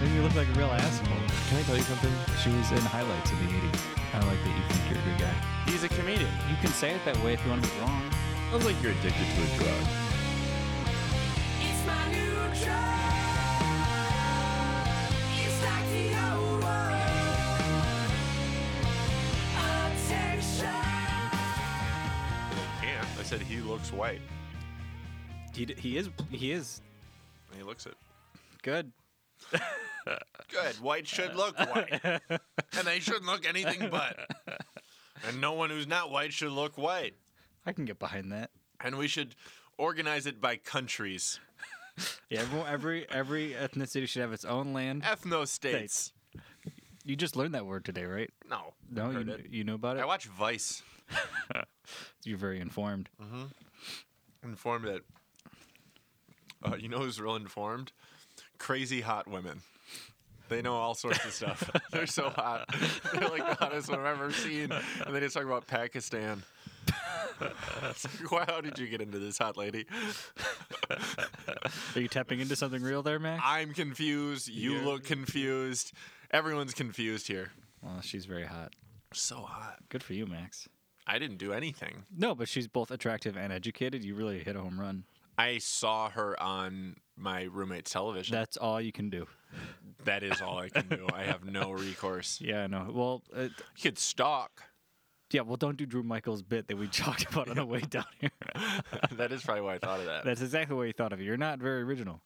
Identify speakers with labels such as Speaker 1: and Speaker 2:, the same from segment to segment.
Speaker 1: Maybe you look like a real asshole.
Speaker 2: Can I tell you something? She was in highlights in the 80s. I like that you think you're a good guy.
Speaker 3: He's a comedian.
Speaker 1: You can say it that way if you want to be wrong.
Speaker 4: Sounds like you're addicted to a drug.
Speaker 5: It's my new drug. It's like the old one. Obsession.
Speaker 4: And I said he looks white.
Speaker 1: He, d- he is he is
Speaker 4: And he looks it.
Speaker 1: good.
Speaker 4: Good. White should look white. and they shouldn't look anything but. And no one who's not white should look white.
Speaker 1: I can get behind that.
Speaker 4: And we should organize it by countries,
Speaker 1: Yeah, everyone, every every ethnicity should have its own land.
Speaker 4: ethno states.
Speaker 1: You just learned that word today, right?
Speaker 4: No.
Speaker 1: No, you
Speaker 4: Heard
Speaker 1: kn-
Speaker 4: it.
Speaker 1: you know about it.
Speaker 4: I watch Vice.
Speaker 1: You're very informed.
Speaker 4: Informed that. Uh, you know who's real informed? Crazy hot women. They know all sorts of stuff. They're so hot. They're like the hottest one I've ever seen. And they just talk about Pakistan. It's like, wow, how did you get into this hot lady?
Speaker 1: Are you tapping into something real there, Mac?
Speaker 4: I'm confused. You
Speaker 1: Yeah.
Speaker 4: look confused. Everyone's confused here.
Speaker 1: Well, she's very hot.
Speaker 4: So hot.
Speaker 1: Good for you, Max.
Speaker 4: I didn't do anything.
Speaker 1: No, but she's both attractive and educated. You really hit a home run.
Speaker 4: I saw her on my roommate's television.
Speaker 1: That's all you can do.
Speaker 4: that is all I can do. I have no recourse.
Speaker 1: Yeah, I know. Well, uh,
Speaker 4: You could stalk.
Speaker 1: yeah, well, don't do Drew Michaels' bit that we talked about on the way down here.
Speaker 4: that is probably why I thought of that.
Speaker 1: That's exactly what he thought of you. You're not very original.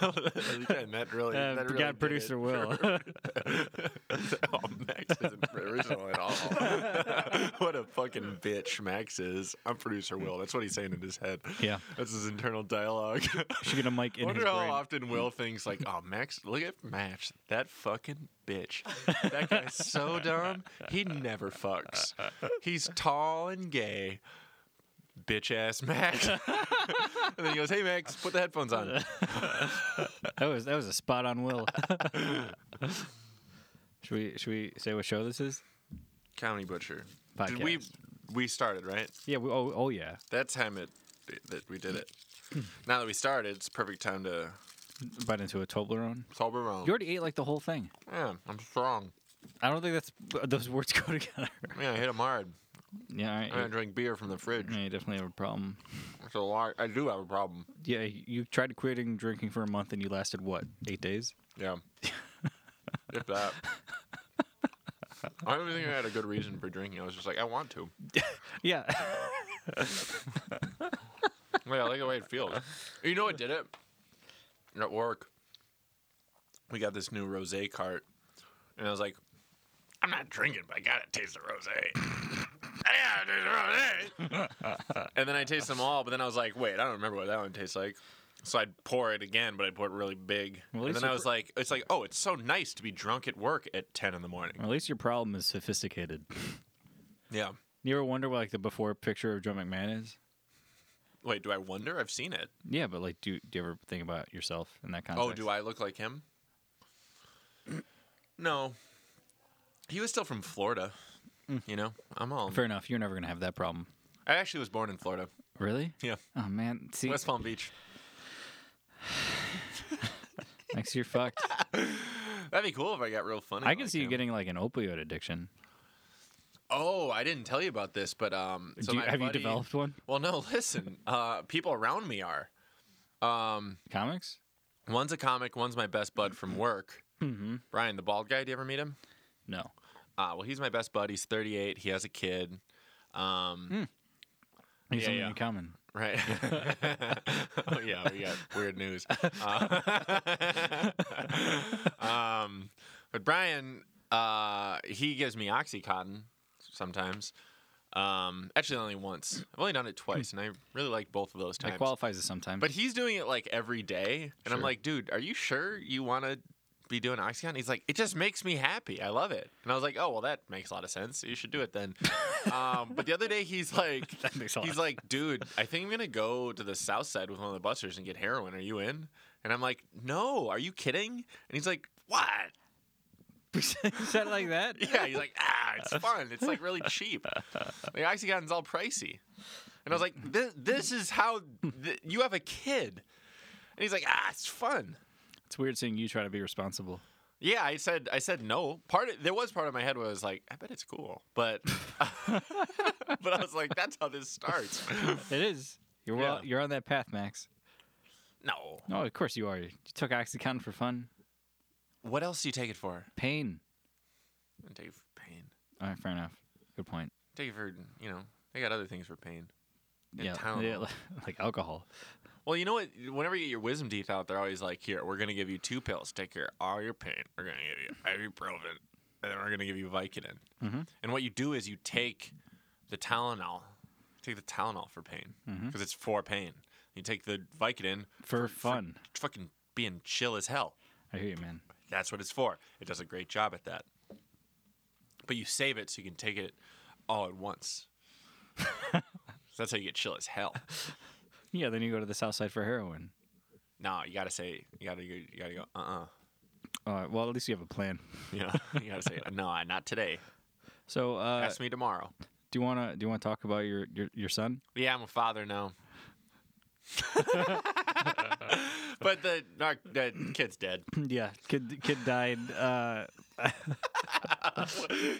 Speaker 4: Again, that really,
Speaker 1: Uh,
Speaker 4: that
Speaker 1: we
Speaker 4: really
Speaker 1: got
Speaker 4: did
Speaker 1: producer
Speaker 4: it.
Speaker 1: Will.
Speaker 4: oh, Max isn't original at all. what a fucking bitch Max is. I'm producer Will. That's what he's saying in his head.
Speaker 1: Yeah.
Speaker 4: that's his internal dialogue.
Speaker 1: Should get a mic in his
Speaker 4: Wonder how
Speaker 1: brain.
Speaker 4: often Will thinks like, "Oh, Max, look at Max, that fucking bitch. That guy's so dumb. He never fucks. He's tall and gay, bitch ass Max." and then he goes, "Hey, Max, put the headphones on."
Speaker 1: That was that was a spot on Will. should we should we say what show this is?
Speaker 4: County Butcher. Did
Speaker 1: Podcast.
Speaker 4: we we started right?
Speaker 1: Yeah. We, oh oh yeah.
Speaker 4: That time it that we did it. now that we started, it's perfect time to
Speaker 1: Bite into a Toblerone.
Speaker 4: solve around.
Speaker 1: You already ate like the whole thing.
Speaker 4: yeah, I'm strong.
Speaker 1: I don't think that's those words go together.
Speaker 4: Yeah, I hit him hard.
Speaker 1: Yeah. All right.
Speaker 4: I drink beer from the fridge.
Speaker 1: Yeah, you definitely have a problem.
Speaker 4: It's a lot. I do have a problem.
Speaker 1: Yeah, you tried quitting drinking for a month and you lasted what, eight days?
Speaker 4: Yeah. if that. I don't even think I had a good reason for drinking. I was just like, I want to.
Speaker 1: Yeah.
Speaker 4: Yeah, I like the way it feels. You know what did it? At work, we got this new rose cart, and I was like, I'm not drinking, but I gotta taste the rose. I gotta taste the rose. and then I taste them all, but then I was like, wait, I don't remember what that one tastes like. So I'd pour it again, but I'd pour it really big.
Speaker 1: Well, at
Speaker 4: and
Speaker 1: least
Speaker 4: then I
Speaker 1: you
Speaker 4: was like, it's like, oh, it's so nice to be drunk at work at 10 in the morning.
Speaker 1: At least your problem is sophisticated.
Speaker 4: Yeah.
Speaker 1: You ever wonder what like the before picture of Joe McMahon is?
Speaker 4: Wait, do I wonder? I've seen it.
Speaker 1: Yeah, but like, do do you ever think about yourself in that context?
Speaker 4: Oh, do I look like him? No. He was still from Florida. You know, I'm all.
Speaker 1: Mm. Fair enough. You're never gonna have that problem.
Speaker 4: I actually was born in Florida.
Speaker 1: Really?
Speaker 4: Yeah.
Speaker 1: Oh man, see,
Speaker 4: West Palm Beach.
Speaker 1: next you're fucked.
Speaker 4: That'd be cool if I got real funny.
Speaker 1: I can
Speaker 4: like
Speaker 1: see you
Speaker 4: him.
Speaker 1: getting like an opioid addiction.
Speaker 4: Oh, I didn't tell you about this, but um, so
Speaker 1: do you,
Speaker 4: my
Speaker 1: have you
Speaker 4: buddy-
Speaker 1: developed one?
Speaker 4: Well, no. Listen, uh, people around me are. Um,
Speaker 1: Comics?
Speaker 4: one's a comic. One's my best bud from work.
Speaker 1: Mm-hmm.
Speaker 4: Brian, the bald guy. Do you ever meet him?
Speaker 1: No.
Speaker 4: Uh, well, he's my best bud. He's 38. He has a kid. Um,
Speaker 1: You have
Speaker 4: Yeah,
Speaker 1: something
Speaker 4: yeah.
Speaker 1: in common.
Speaker 4: Right. oh yeah, we got weird news. Uh, um, but Brian, uh, he gives me OxyContin sometimes. Um, actually, only once. I've only done it twice, and I really like both of those
Speaker 1: It
Speaker 4: times.
Speaker 1: qualifies as sometimes.
Speaker 4: But he's doing it like every day, and I'm
Speaker 1: Sure.
Speaker 4: like, dude, are you sure you want to be doing OxyContin? He's like, it just makes me happy. I love it. And I was like, oh well, that makes a lot of sense. You should do it then. um, but the other day, he's like,
Speaker 1: That makes a lot
Speaker 4: he's
Speaker 1: of
Speaker 4: like, dude, I think I'm gonna go to the south side with one of the busters and get heroin. Are you in? And I'm like, no. Are you kidding? And he's like, what?
Speaker 1: is that like that?
Speaker 4: Yeah. He's like, ah, it's fun. It's like really cheap. Like OxyContin's all pricey. And I was like, this, this is how th- you have a kid. And he's like, ah, it's fun.
Speaker 1: It's weird seeing you try to be responsible.
Speaker 4: Yeah, I said I said no. Part of, there was part of my head was like, I bet it's cool, but but I was like, that's how this starts.
Speaker 1: It is. You're well,
Speaker 4: Yeah.
Speaker 1: you're on that path, Max.
Speaker 4: no.
Speaker 1: No, of course you are. You took OxyContin for fun.
Speaker 4: What else do you take it for?
Speaker 1: Pain.
Speaker 4: I take it for pain.
Speaker 1: All right, fair enough. Good point.
Speaker 4: Take it for you know. They got other things for pain. Yeah,
Speaker 1: yeah,
Speaker 4: Tylenol.
Speaker 1: like alcohol.
Speaker 4: Well, you know what? Whenever you get your wisdom teeth out, they're always like, "Here, we're gonna give you two pills. Take care of all your pain. We're gonna give you ibuprofen, and then we're gonna give you Vicodin."
Speaker 1: Mhm.
Speaker 4: And what you do is you take the Tylenol. Take the Tylenol for pain because it's for pain. You take the Vicodin
Speaker 1: For fun.
Speaker 4: for fucking being chill as hell.
Speaker 1: I hear you, man.
Speaker 4: That's what it's for. It does a great job at that. But you save it so you can take it all at once. So that's how you get chill as hell.
Speaker 1: Yeah, then you go to the south side for heroin.
Speaker 4: No, you gotta say you gotta go- you gotta go. Uh uh
Speaker 1: Uh, well, at least you have a plan.
Speaker 4: Yeah, you gotta say no. I- Not today.
Speaker 1: So, uh,
Speaker 4: Ask me tomorrow.
Speaker 1: do you wanna do you wanna talk about your your, your son?
Speaker 4: Yeah, I'm a father now. but the, nar- the kid's dead.
Speaker 1: yeah, kid kid died. Uh,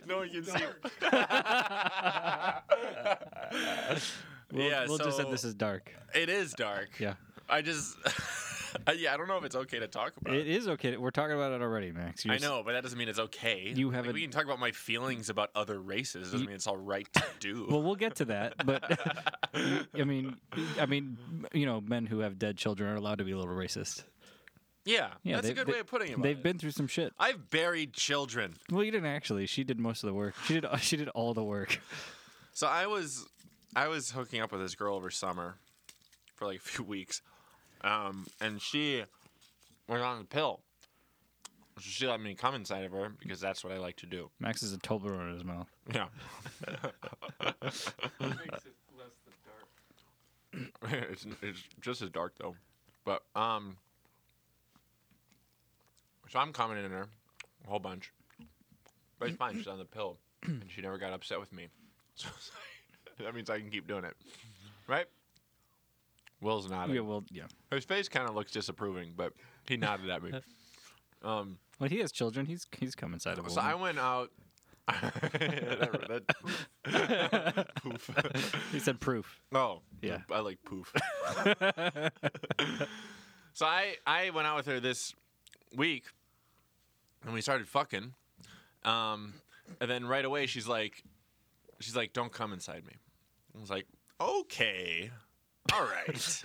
Speaker 4: no one can see.
Speaker 1: we'll,
Speaker 4: Yeah,
Speaker 1: we'll just say
Speaker 4: so-
Speaker 1: this is dark.
Speaker 4: It is dark.
Speaker 1: Yeah,
Speaker 4: I just. yeah, I don't know if it's okay to talk about.
Speaker 1: it is okay. We're talking about it already, Max. You're
Speaker 4: I
Speaker 1: s-
Speaker 4: know, but that doesn't mean it's okay.
Speaker 1: You
Speaker 4: Like,
Speaker 1: haven't-
Speaker 4: we can talk about my feelings about other races. Doesn't
Speaker 1: You-
Speaker 4: mean it's all right to do.
Speaker 1: Well, we'll get to that, but I mean, I mean, you know, men who have dead children are allowed to be a little racist.
Speaker 4: yeah,
Speaker 1: Yeah,
Speaker 4: that's a
Speaker 1: they-
Speaker 4: good
Speaker 1: they-
Speaker 4: way of putting it. about
Speaker 1: They've
Speaker 4: it.
Speaker 1: been through some shit.
Speaker 4: I've buried children.
Speaker 1: Well, you didn't actually. She did most of the work. She did. She did all the work.
Speaker 4: So I was I was hooking up with this girl over summer for like a few weeks. Um, and she was on the pill. So she let me come inside of her because that's what I like to do.
Speaker 1: Max is a Toblerone in his mouth.
Speaker 4: Yeah.
Speaker 3: makes it less than dark.
Speaker 4: it's, it's just as dark though. But um so I'm commenting in her a whole bunch. But it's fine, she's on the pill. And she never got upset with me. So it's like, that means I can keep doing it. Right? Will's nodding.
Speaker 1: Yeah, well, yeah.
Speaker 4: His face kind of looks disapproving, but he nodded at me. Um,
Speaker 1: Well, he has children. He's he's come inside of a
Speaker 4: so I
Speaker 1: woman.
Speaker 4: went out. that, that- poof.
Speaker 1: He said proof.
Speaker 4: Oh,
Speaker 1: Yeah.
Speaker 4: I like poof. so I I went out with her this week, and we started fucking. Um, and then right away she's like, she's like, "Don't come inside me." I was like, "Okay, all right,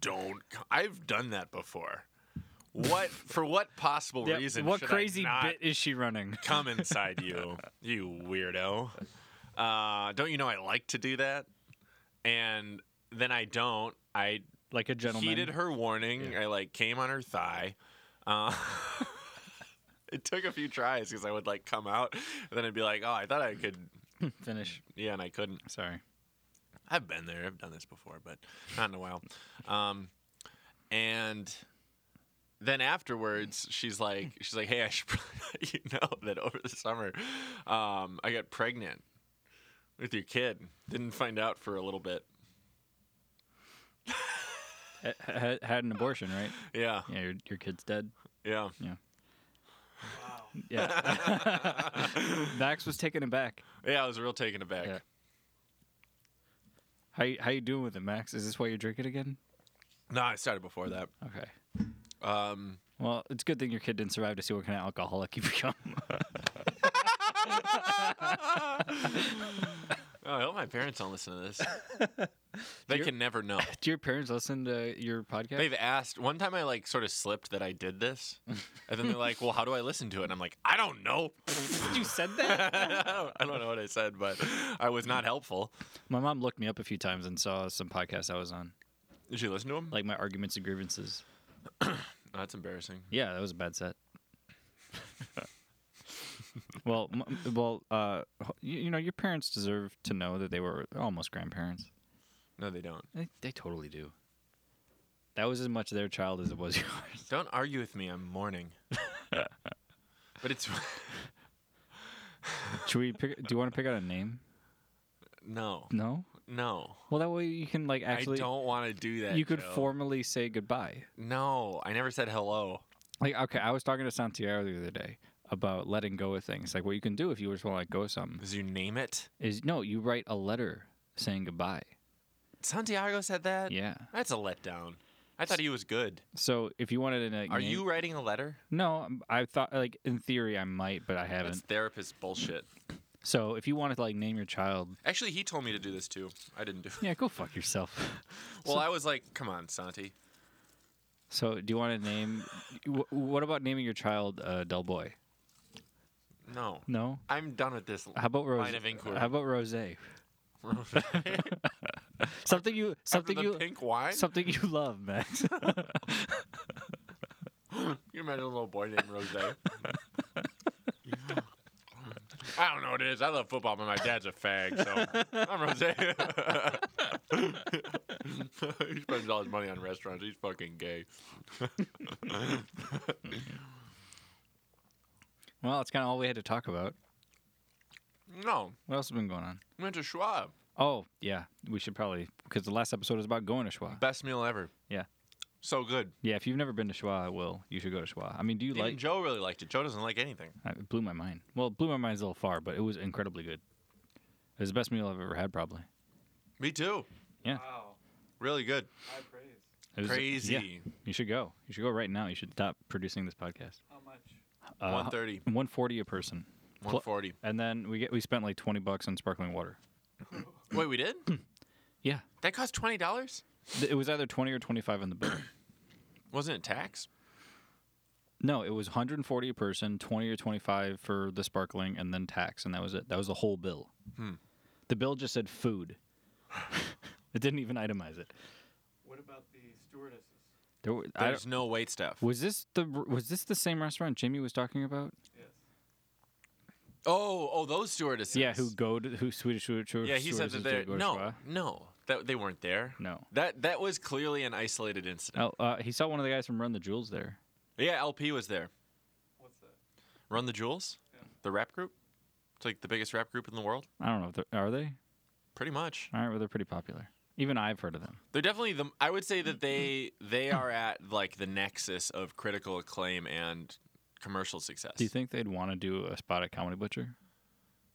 Speaker 4: don't." co- I've done that before. What for? What possible
Speaker 1: Yeah,
Speaker 4: reason?
Speaker 1: what
Speaker 4: should
Speaker 1: crazy
Speaker 4: I not
Speaker 1: bit is she running?
Speaker 4: come inside you, you weirdo. Uh, don't you know I like to do that? And then I don't. I
Speaker 1: Like a gentleman.
Speaker 4: heeded her warning. I like came on her thigh. Uh, it took a few tries because I would like come out, and then I'd be like, "Oh, I thought I could."
Speaker 1: Finish.
Speaker 4: Yeah, and I couldn't.
Speaker 1: Sorry.
Speaker 4: I've been there. I've done this before, but not in a while. Um, and then afterwards, she's like, she's like, hey, I should probably let you know that over the summer, um, I got pregnant with your kid. Didn't find out for a little bit.
Speaker 1: H- h- had an abortion, right?
Speaker 4: Yeah,
Speaker 1: Yeah, your your kid's dead.
Speaker 4: yeah.
Speaker 1: Yeah. Max was taken aback.
Speaker 4: Yeah, I was real taken aback.
Speaker 1: Yeah. How you, how you doing with it, Max? Is this why you drink it again?
Speaker 4: No, I started before that.
Speaker 1: Okay.
Speaker 4: Um,
Speaker 1: Well, it's a good thing your kid didn't survive to see what kind of alcoholic you become.
Speaker 4: oh, I hope my parents don't listen to this. They
Speaker 1: You're-
Speaker 4: can never know.
Speaker 1: Do your parents listen to your podcast?
Speaker 4: They've asked one time I like sort of slipped that I did this, and then they're like, "Well, how do I listen to it?" And I'm like, "I don't know.
Speaker 1: you said that?
Speaker 4: I don't- I don't know what I said, but I was not helpful."
Speaker 1: My mom looked me up a few times and saw some podcasts I was on,
Speaker 4: Did you listen to him?
Speaker 1: like my arguments and grievances.
Speaker 4: that's embarrassing.
Speaker 1: Yeah, that was a bad set. well, m- well, uh, you, you know, your parents deserve to know that they were almost grandparents.
Speaker 4: No, they don't.
Speaker 1: They, they totally do. That was as much their child as it was yours.
Speaker 4: Don't argue with me. I'm mourning. but it's
Speaker 1: Should we pick? Do you want to pick out a name?
Speaker 4: no,
Speaker 1: No.
Speaker 4: No,
Speaker 1: Well, that way you can like actually.
Speaker 4: I don't want to do that.
Speaker 1: you could
Speaker 4: Joe.
Speaker 1: formally say goodbye.
Speaker 4: No, I never said hello.
Speaker 1: Like, okay, I was talking to Santiago the other day about letting go of things. Like, what you can do if you just want to let go of something
Speaker 4: Did you name it?
Speaker 1: is no, you write a letter saying goodbye.
Speaker 4: Santiago said that.
Speaker 1: Yeah.
Speaker 4: That's a letdown. I thought he was good.
Speaker 1: So if you wanted to, like,
Speaker 4: Are
Speaker 1: name-
Speaker 4: you writing a letter?
Speaker 1: No, I'm- I thought like in theory I might, but I
Speaker 4: That's
Speaker 1: haven't.
Speaker 4: therapist bullshit.
Speaker 1: So if you wanted to like name your child,
Speaker 4: Actually, he told me to do this too. I didn't do it.
Speaker 1: yeah, go fuck yourself.
Speaker 4: Well, I was like, come on, Santi.
Speaker 1: So do you want to name? wh- what about naming your child uh, Del Boy?
Speaker 4: No.
Speaker 1: No.
Speaker 4: I'm done with this.
Speaker 1: How about Rose?
Speaker 4: Line of inquiry.
Speaker 1: How about Rose? something you something
Speaker 4: After the
Speaker 1: you
Speaker 4: pink wine?
Speaker 1: something you love, Max.
Speaker 4: you imagine a little boy named Rose. I don't know what it is. I love football, but my dad's a fag, so I'm Rose. he spends all his money on restaurants. He's fucking gay.
Speaker 1: well, that's kind of all we had to talk about.
Speaker 4: No,
Speaker 1: What else has been going on?
Speaker 4: we went to Schwab.
Speaker 1: Oh yeah, we should probably because the last episode was about going to Schwa.
Speaker 4: Best meal ever.
Speaker 1: Yeah.
Speaker 4: So good.
Speaker 1: Yeah, if you've never been to Schwa, will you should go to Schwa. I mean, do you
Speaker 4: Even
Speaker 1: like?
Speaker 4: Joe really liked it. Joe doesn't like anything.
Speaker 1: I- It blew my mind. Well, it blew my mind a little far, but it was incredibly good. It was the best meal I've ever had, probably.
Speaker 4: Me too.
Speaker 3: Wow.
Speaker 4: Really good.
Speaker 3: High praise.
Speaker 1: It was,
Speaker 4: Crazy.
Speaker 1: Yeah, you should go. You should go right now. You should stop producing this podcast.
Speaker 3: How much?
Speaker 1: Uh,
Speaker 4: 130,
Speaker 1: One forty a person,
Speaker 4: 140.
Speaker 1: and then we get we spent like twenty bucks on sparkling water.
Speaker 4: Wait, we did?
Speaker 1: Yeah,
Speaker 4: That cost twenty dollars?
Speaker 1: Th- it was either twenty or twenty five on the bill.
Speaker 4: Wasn't it tax?
Speaker 1: no, it was one hundred and forty a person, twenty or twenty five for the sparkling, and then tax, and that was it. That was the whole bill. The bill just said food. it didn't even itemize it.
Speaker 3: What about the stewardesses?
Speaker 1: There were, I don't-
Speaker 4: There's no wait staff.
Speaker 1: Was this the was this the same restaurant Jimmy was talking about?
Speaker 3: Yes.
Speaker 4: Oh, oh, those stewardesses.
Speaker 1: Yeah, who go to who Swedish who, who
Speaker 4: Yeah, he said
Speaker 1: stewardesses
Speaker 4: that they
Speaker 1: do go to
Speaker 4: no,
Speaker 1: Schwa?
Speaker 4: no, that they weren't there.
Speaker 1: No.
Speaker 4: That that was clearly an isolated incident.
Speaker 1: Oh, uh, he saw one of the guys from Run the Jewels there.
Speaker 4: Yeah, LP was there.
Speaker 3: What's that?
Speaker 4: Run the Jewels,
Speaker 3: Yeah.
Speaker 4: the rap group. It's like the biggest rap group in the world,
Speaker 1: I don't know if they're, are they.
Speaker 4: pretty much.
Speaker 1: All right, well they're pretty popular. Even I've heard of them.
Speaker 4: They're definitely the. I would say that they
Speaker 1: Mm-hmm.
Speaker 4: they are at like the nexus of critical acclaim and commercial success.
Speaker 1: Do you think they'd want to do a spot at Comedy Butcher?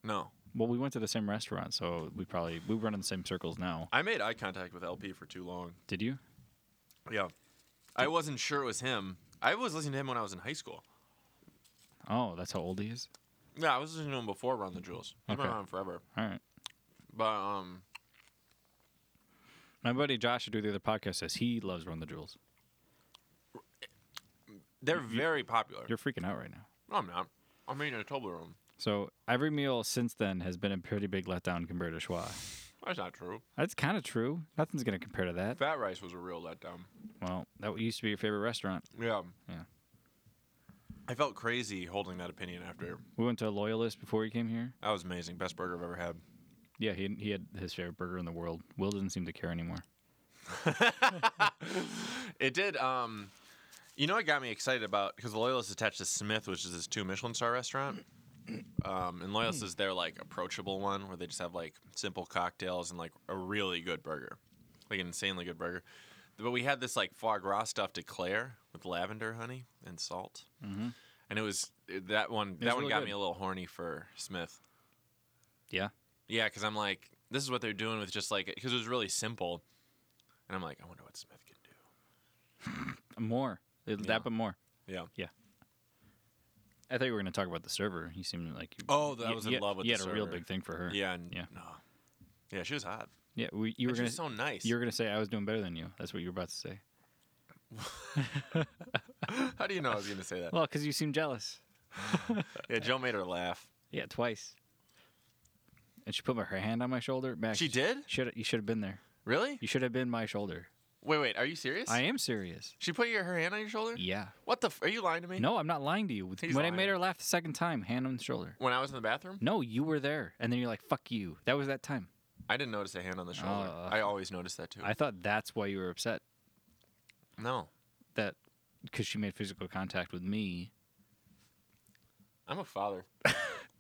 Speaker 4: No,
Speaker 1: Well, we went to the same restaurant, so we probably we run in the same circles now.
Speaker 4: I made eye contact with LP for too long.
Speaker 1: Did you?
Speaker 4: Yeah, I wasn't sure it was him. I was listening to him when I was in high school.
Speaker 1: Oh, that's how old he is.
Speaker 4: Yeah, I was listening to him before Run the Jewels. He's been
Speaker 1: Okay.
Speaker 4: around forever.
Speaker 1: All right.
Speaker 4: But um,
Speaker 1: My buddy Josh, who do the other podcast, says he loves Run the Jewels.
Speaker 4: they're very popular.
Speaker 1: You're freaking out right now.
Speaker 4: No, I'm not. I'm eating a Toblerone.
Speaker 1: So every meal since then has been a pretty big letdown compared to Schwa.
Speaker 4: That's not true.
Speaker 1: That's kind of true. Nothing's gonna compare to that.
Speaker 4: Fat rice was a real letdown.
Speaker 1: Well, that used to be your favorite restaurant.
Speaker 4: Yeah.
Speaker 1: Yeah.
Speaker 4: I felt crazy holding that opinion after.
Speaker 1: We went to Loyalist before he came here.
Speaker 4: That was amazing. Best burger I've ever had.
Speaker 1: Yeah, he he had his favorite burger in the world. Will doesn't seem to care anymore.
Speaker 4: It did. Um, you know what got me excited about because Loyalist is attached to Smith, which is this two Michelin star restaurant. Um, and Loyalist is their like approachable one where they just have like simple cocktails and like a really good burger, like an insanely good burger. But we had this like foie gras stuffed eclair with lavender honey and salt,
Speaker 1: Mhm.
Speaker 4: and it was it- that one. that one
Speaker 1: really
Speaker 4: got
Speaker 1: good.
Speaker 4: me a little horny for Smith.
Speaker 1: Yeah.
Speaker 4: Yeah, because I'm like, this is what they're doing with just like because it was really simple, and I'm like, I wonder what Smith can do.
Speaker 1: More It-
Speaker 4: Yeah.
Speaker 1: that, but more.
Speaker 4: Yeah.
Speaker 1: I thought you were gonna talk about the server. You seemed like you.
Speaker 4: Oh, that
Speaker 1: you-
Speaker 4: was
Speaker 1: you
Speaker 4: in
Speaker 1: had-
Speaker 4: love with
Speaker 1: You
Speaker 4: the
Speaker 1: had a real
Speaker 4: server.
Speaker 1: big thing for her.
Speaker 4: Yeah, and
Speaker 1: Yeah.
Speaker 4: no. Yeah, she was hot.
Speaker 1: yeah. We, you
Speaker 4: You
Speaker 1: were
Speaker 4: she
Speaker 1: gonna
Speaker 4: was so nice.
Speaker 1: you were gonna say I was doing better than you. That's what you were about to say.
Speaker 4: How do you know I was going to say that?
Speaker 1: Well, because you seemed jealous.
Speaker 4: Yeah, Joe made her laugh.
Speaker 1: Yeah, twice. And she put my- her hand on my shoulder. Max,
Speaker 4: She did?
Speaker 1: Should you should have been there.
Speaker 4: Really?
Speaker 1: You should have been my shoulder.
Speaker 4: Wait, wait. Are you serious?
Speaker 1: I am serious.
Speaker 4: She put your, her hand on your shoulder?
Speaker 1: Yeah.
Speaker 4: What the? F- are you lying to me?
Speaker 1: No, I'm not lying to you.
Speaker 4: He's
Speaker 1: when I
Speaker 4: lying.
Speaker 1: made her laugh the second time, hand on the shoulder.
Speaker 4: When I was in the bathroom,
Speaker 1: No, you were there, and then you're like, "Fuck you." That was that time.
Speaker 4: I didn't notice a hand on the shoulder.
Speaker 1: Oh.
Speaker 4: I always notice that too.
Speaker 1: I thought that's why you were upset
Speaker 4: no,
Speaker 1: that because she made physical contact with me.
Speaker 4: I'm a father.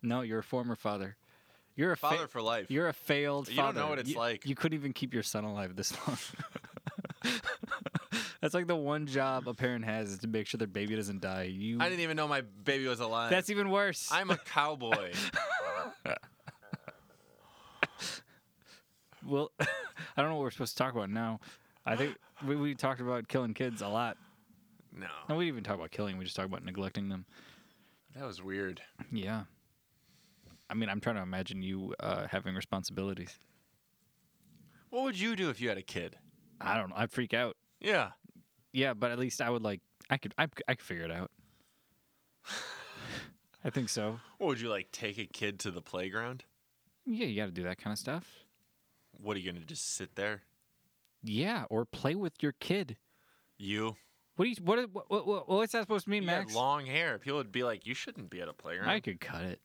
Speaker 1: No, you're a former father. You're a fa-
Speaker 4: Father for life.
Speaker 1: You're a failed.
Speaker 4: You don't
Speaker 1: father.
Speaker 4: know what it's
Speaker 1: You-
Speaker 4: like.
Speaker 1: You couldn't even keep your son alive this long. That's like the one job a parent has is to make sure their baby doesn't die. You.
Speaker 4: I didn't even know my baby was alive.
Speaker 1: That's even worse.
Speaker 4: I'm a cowboy.
Speaker 1: well, I don't know what we're supposed to talk about now. I think we, we talked about killing kids a lot. No,
Speaker 4: no,
Speaker 1: we didn't even talk about killing. We just talked about neglecting them.
Speaker 4: that was weird.
Speaker 1: Yeah. I mean, I'm trying to imagine you uh, having responsibilities.
Speaker 4: What would you do if you had a kid?
Speaker 1: I don't know. I'd freak out.
Speaker 4: Yeah.
Speaker 1: Yeah, but at least I would like. I could. I, I could figure it out. I think so.
Speaker 4: What would you like? Take a kid to the playground?
Speaker 1: Yeah, you got to do that kind of stuff.
Speaker 4: What are you gonna just sit there?
Speaker 1: Yeah, or play with your kid.
Speaker 4: You,
Speaker 1: What do you? What? are- What? What? what what's that supposed to mean,
Speaker 4: you had
Speaker 1: Max?
Speaker 4: long hair. People would be like, "You shouldn't be at a playground."
Speaker 1: I could cut it.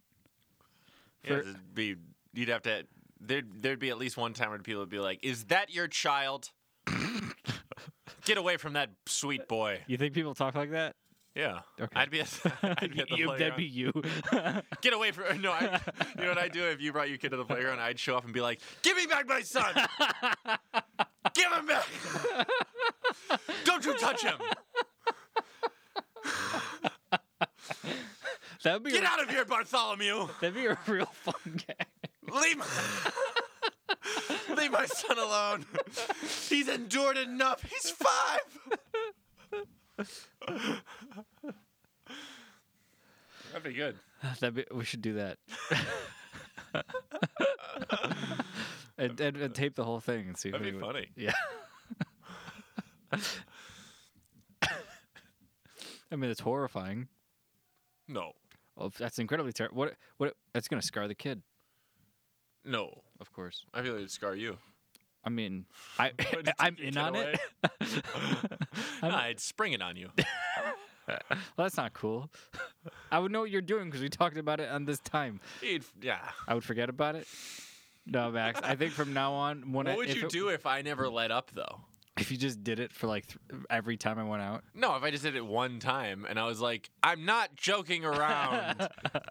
Speaker 4: Yeah,
Speaker 1: for-
Speaker 4: it'd be you'd have to. There'd there'd be at least one time where people would be like, "Is that your child? Get away from that sweet boy."
Speaker 1: You think people talk like that?
Speaker 4: Yeah.
Speaker 1: Okay.
Speaker 4: I'd be at, I'd be at the
Speaker 1: You- that'd
Speaker 4: playground.
Speaker 1: be you.
Speaker 4: Get away from no. I, you know what I'd do if you brought your kid to the playground? I'd show up and be like, "Give me back my son! Give him back! Don't you touch him!
Speaker 1: that'd be
Speaker 4: Get
Speaker 1: a,
Speaker 4: out of here, Bartholomew!
Speaker 1: That'd be a real fun gag.
Speaker 4: Leave my, leave my son alone. He's endured enough. He's five. That'd be good.
Speaker 1: That'd be, we should do that. and, and, and tape the whole thing and see.
Speaker 4: That'd
Speaker 1: who
Speaker 4: be
Speaker 1: would-
Speaker 4: funny.
Speaker 1: Yeah. I mean, it's horrifying.
Speaker 4: No,
Speaker 1: Oh, that's incredibly terrible. What? What? That's gonna scar the kid,
Speaker 4: no.
Speaker 1: of course.
Speaker 4: I feel like it'd scar you.
Speaker 1: I mean, I
Speaker 4: Why'd you
Speaker 1: I'm
Speaker 4: take your
Speaker 1: in
Speaker 4: kid
Speaker 1: on
Speaker 4: away?
Speaker 1: it.
Speaker 4: Nah, I'd spring it on you.
Speaker 1: Well, that's not cool. I would know what you're doing because we talked about it on this time.
Speaker 4: He'd- yeah.
Speaker 1: I would forget about it. No, Max. I think from now on, when
Speaker 4: What
Speaker 1: I,
Speaker 4: would
Speaker 1: if
Speaker 4: you
Speaker 1: it-
Speaker 4: do if I never let up though?
Speaker 1: if you just did it for like th- every time I went out?
Speaker 4: No, if I just did it one time and I was like, I'm not joking around.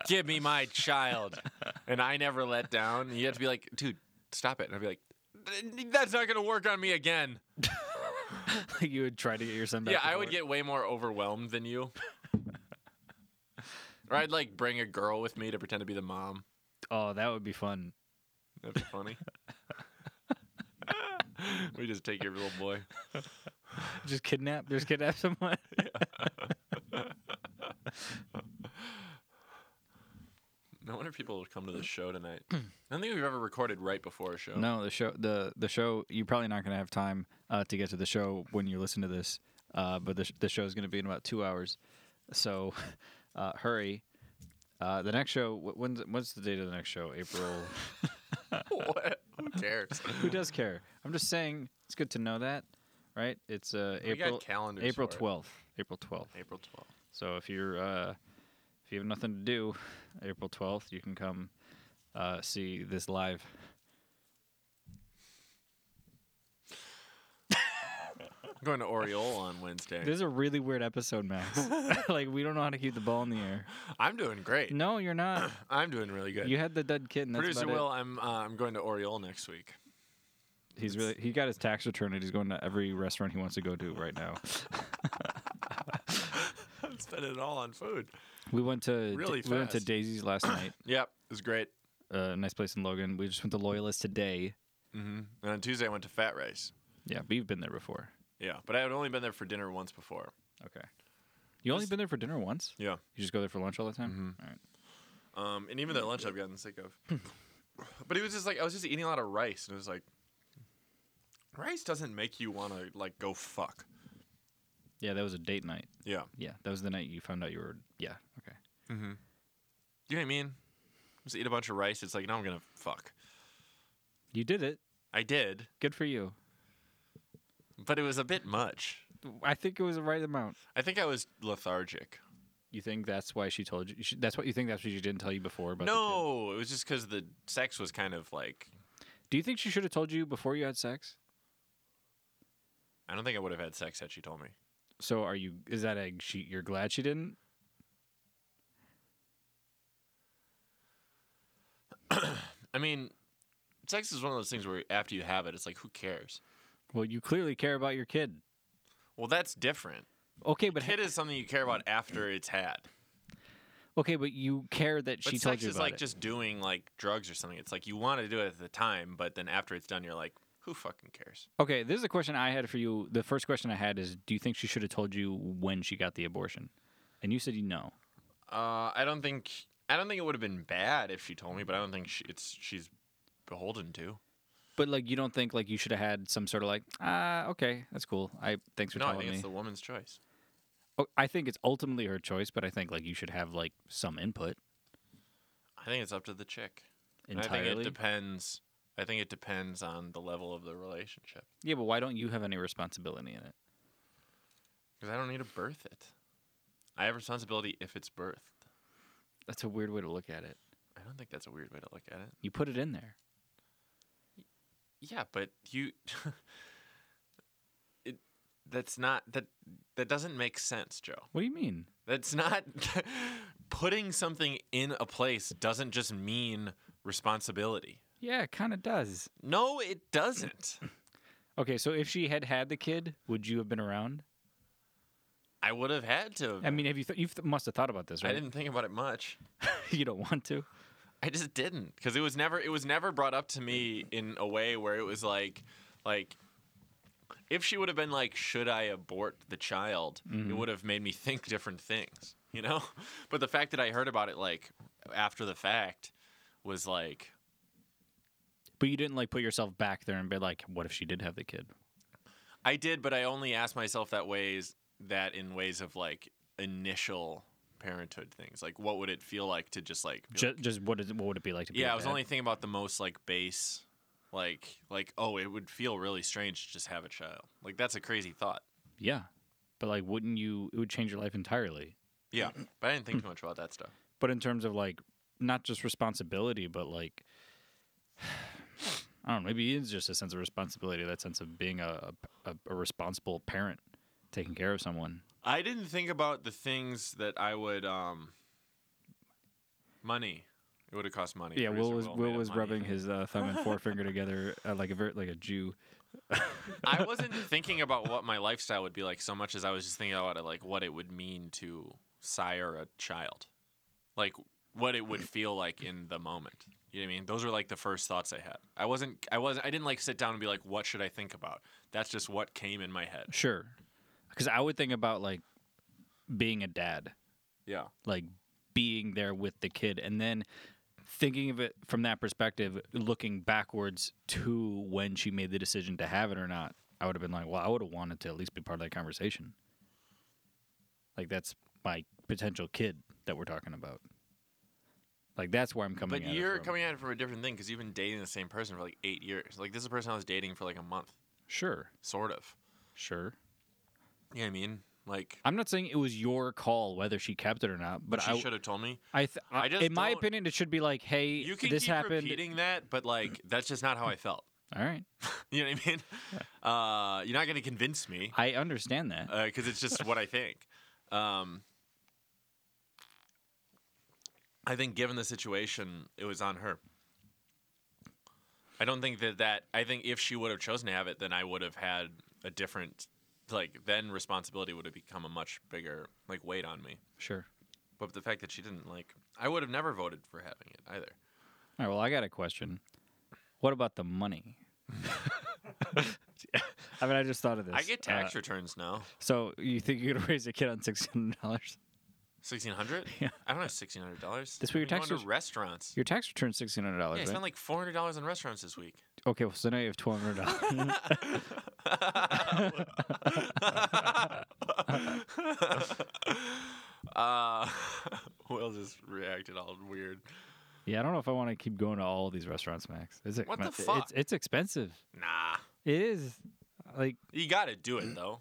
Speaker 4: Give me my child. And I never let down. And you have to be like, dude, stop it. And I'd be like, "Th- that's not going to work on me again.
Speaker 1: Like you would try to get your son back.
Speaker 4: yeah,
Speaker 1: to
Speaker 4: I would
Speaker 1: work.
Speaker 4: get way more overwhelmed than you. or I'd like bring a girl with me to pretend to be the mom.
Speaker 1: Oh, that would be fun.
Speaker 4: That'd be funny. we just take your little boy.
Speaker 1: Just kidnap. Just kidnap someone.
Speaker 4: No wonder people will come to the show tonight. I don't think we've ever recorded right before a show.
Speaker 1: No, the show, the the show. You're probably not going to have time uh, to get to the show when you listen to this, uh, but the sh- the show is going to be in about two hours, so uh, hurry. Uh, the next show. wh- When's when's the date of the next show? April.
Speaker 4: What? Who cares?
Speaker 1: Who does care? I'm just saying. It's good to know that, right? It's uh,
Speaker 4: We got
Speaker 1: April.
Speaker 4: calendars
Speaker 1: April
Speaker 4: for it.
Speaker 1: 12th. April 12th.
Speaker 4: April 12th.
Speaker 1: So if you're uh, if you have nothing to do, April 12th, you can come uh, see this live.
Speaker 4: I'm going to Oriole on Wednesday.
Speaker 1: This is a really weird episode, Max. like we don't know how to keep the ball in the air.
Speaker 4: I'm doing great.
Speaker 1: No, you're not.
Speaker 4: I'm doing really good.
Speaker 1: You had the dead kitten. That's
Speaker 4: Producer
Speaker 1: about it.
Speaker 4: Will, I'm uh, I'm going to Oriole next week.
Speaker 1: He's really. He got his tax return, and he's going to every restaurant he wants to go to right now.
Speaker 4: I'm spending it all on food.
Speaker 1: We went to
Speaker 4: Really
Speaker 1: we went to
Speaker 4: fast.
Speaker 1: Daisy's last night.
Speaker 4: Yep, it was great.
Speaker 1: A nice place in Logan. We just went to Loyalist today.
Speaker 4: And on Tuesday I went to Fat Rice.
Speaker 1: Yeah, we've been there before.
Speaker 4: Yeah, but I had only been there for dinner once before.
Speaker 1: Okay. You only been there for dinner once?
Speaker 4: Yeah.
Speaker 1: You just go there for lunch all the time.
Speaker 4: Mm-hmm.
Speaker 1: All right.
Speaker 4: Um, and even their lunch I've gotten sick of. but it was just like I was just eating a lot of rice, and it was like, rice doesn't make you want to like go fuck.
Speaker 1: Yeah, that was a date night.
Speaker 4: Yeah,
Speaker 1: Yeah, that was the night you found out you were. Yeah. Okay.
Speaker 4: you know what I mean? Just eat a bunch of rice. It's like now I'm gonna fuck.
Speaker 1: You did it.
Speaker 4: I did,
Speaker 1: Good for you.
Speaker 4: but it was a bit much.
Speaker 1: I think it was the right amount.
Speaker 4: I think I was lethargic.
Speaker 1: You think that's why she told you? She, that's what you think. That's what she didn't tell you before. About the kid?
Speaker 4: No, it was just because the sex was kind of like
Speaker 1: Do you think she should have told you before you had sex?
Speaker 4: I don't think I would have had sex had she told me.
Speaker 1: So are you? Is that a? She, you're glad she didn't.
Speaker 4: I mean, sex is one of those things where after you have it, it's like who cares?
Speaker 1: Well, you clearly care about your kid.
Speaker 4: Well, that's different.
Speaker 1: Okay, but
Speaker 4: Kid is something you care about after it's had.
Speaker 1: okay, but you care that
Speaker 4: But
Speaker 1: she
Speaker 4: sex
Speaker 1: told you
Speaker 4: is
Speaker 1: about
Speaker 4: like
Speaker 1: it.
Speaker 4: just doing like drugs or something. It's like you want to do it at the time, but then after it's done, you're like, who fucking cares?
Speaker 1: Okay, this is a question I had for you. The first question I had is, do you think she should have told you when she got the abortion? And you said you no.
Speaker 4: Uh, I don't think I don't think it would have been bad if she told me, but I don't think she, it's she's beholden to.
Speaker 1: But like, you don't think like you should have had some sort of like, ah, okay, that's cool. I thanks for
Speaker 4: No, I
Speaker 1: telling
Speaker 4: think
Speaker 1: me.
Speaker 4: it's the woman's choice.
Speaker 1: Oh, I think it's ultimately her choice, but I think like you should have like some input
Speaker 4: I think it's up to the chick. And I think it
Speaker 1: entirely.
Speaker 4: depends. I think it depends on the level of the relationship.
Speaker 1: yeah, but why don't you have any responsibility in it?
Speaker 4: Because I don't need to birth it. I have responsibility if it's birthed.
Speaker 1: That's a weird way to look at it.
Speaker 4: I don't think that's a weird way to look at it.
Speaker 1: You put it in there.
Speaker 4: Yeah, but you. it, that's not that. That doesn't make sense, Joe.
Speaker 1: What do you mean?
Speaker 4: That's not putting something in a place doesn't just mean responsibility.
Speaker 1: Yeah, it kind of does.
Speaker 4: No, it doesn't.
Speaker 1: Okay, so if she had had the kid, would you have been around?
Speaker 4: I would have had to. have
Speaker 1: I mean, have you th- you th- must have thought about this,
Speaker 4: I
Speaker 1: right?
Speaker 4: didn't think about it much.
Speaker 1: you don't want to.
Speaker 4: I just didn't because it was never it was never brought up to me in a way where it was like like if she would have been like should I abort the child it would have made me think different things you know but the fact that I heard about it like after the fact was like
Speaker 1: But you didn't like put yourself back there and be like, what if she did have the kid?
Speaker 4: I did but I only asked myself that ways that in ways of like initial parenthood things like what would it feel like to just like be
Speaker 1: Just, just what, is it, what would it be like to be?
Speaker 4: Yeah,
Speaker 1: a
Speaker 4: I was
Speaker 1: dad?
Speaker 4: only thinking about the most like base, like like oh, it would feel really strange to just have a child. Like that's a crazy thought.
Speaker 1: Yeah, but like, wouldn't you? It would change your life entirely.
Speaker 4: Yeah, but I didn't think too much about that stuff.
Speaker 1: But in terms of like, not just responsibility, but like, I don't know. Maybe it's just a sense of responsibility, that sense of being a a, a responsible parent, taking care of someone.
Speaker 4: I didn't think about the things that I would um money. It would have cost money.
Speaker 1: Yeah, Will
Speaker 4: Producer
Speaker 1: was
Speaker 4: made
Speaker 1: Will
Speaker 4: up
Speaker 1: was
Speaker 4: money.
Speaker 1: rubbing his uh, thumb and forefinger together uh, like a ver- like a Jew.
Speaker 4: I wasn't thinking about what my lifestyle would be like so much as I was just thinking about it, like what it would mean to sire a child, like what it would feel like in the moment. You know what I mean? Those were like the first thoughts I had. I wasn't, I wasn't, I didn't like sit down and be like, what should I think about? That's just what came in my head.
Speaker 1: Sure, because I would think about like being a dad.
Speaker 4: Yeah.
Speaker 1: like being there with the kid and then thinking of it from that perspective looking backwards to when she made the decision to have it or not i would have been like well i would have wanted to at least be part of that conversation like that's my potential kid that we're talking about like that's where i'm coming
Speaker 4: But
Speaker 1: at it
Speaker 4: you're
Speaker 1: from.
Speaker 4: coming at it from a different thing because you've been dating the same person for like eight years. Like this is a person I was dating for like a month,
Speaker 1: sure
Speaker 4: sort of.
Speaker 1: sure
Speaker 4: You know what I mean? Like,
Speaker 1: i'm not saying it was your call whether she kept it or not but
Speaker 4: she
Speaker 1: i
Speaker 4: should have told me.
Speaker 1: I, th-
Speaker 4: I just
Speaker 1: in my
Speaker 4: don't-
Speaker 1: opinion it should be like hey
Speaker 4: You can
Speaker 1: this
Speaker 4: keep
Speaker 1: happened
Speaker 4: repeating that, but like that's just not how I felt.
Speaker 1: all right
Speaker 4: You know what I mean? Uh, you're not going to convince me
Speaker 1: i understand that
Speaker 4: because it's just what I think. Um, I think, given the situation, it was on her. I don't think that that. I think if she would have chosen to have it, then I would have had a different, like, then responsibility would have become a much bigger, like, weight on me.
Speaker 1: sure
Speaker 4: But the fact that she didn't, like, I would have never voted for having it either.
Speaker 1: All right. Well, I got a question. What about the money? I mean, I just thought of this.
Speaker 4: I get tax
Speaker 1: Uh,
Speaker 4: returns now.
Speaker 1: so you think you're gonna raise a kid on six hundred dollars?
Speaker 4: Sixteen hundred?
Speaker 1: Yeah.
Speaker 4: I don't have sixteen hundred dollars.
Speaker 1: That's what your tax
Speaker 4: going
Speaker 1: is-
Speaker 4: to restaurants.
Speaker 1: Your tax return's six hundred dollars,
Speaker 4: Yeah, I
Speaker 1: right?
Speaker 4: spent like four hundred dollars on restaurants this week.
Speaker 1: okay, well, so now you have twelve hundred dollars.
Speaker 4: uh, Will just reacted all weird.
Speaker 1: yeah, I don't know if I want to keep going to all these restaurants, Max. It's
Speaker 4: What the
Speaker 1: expen-
Speaker 4: fuck?
Speaker 1: It's, it's expensive.
Speaker 4: Nah,
Speaker 1: It is. Like,
Speaker 4: you got to do it though.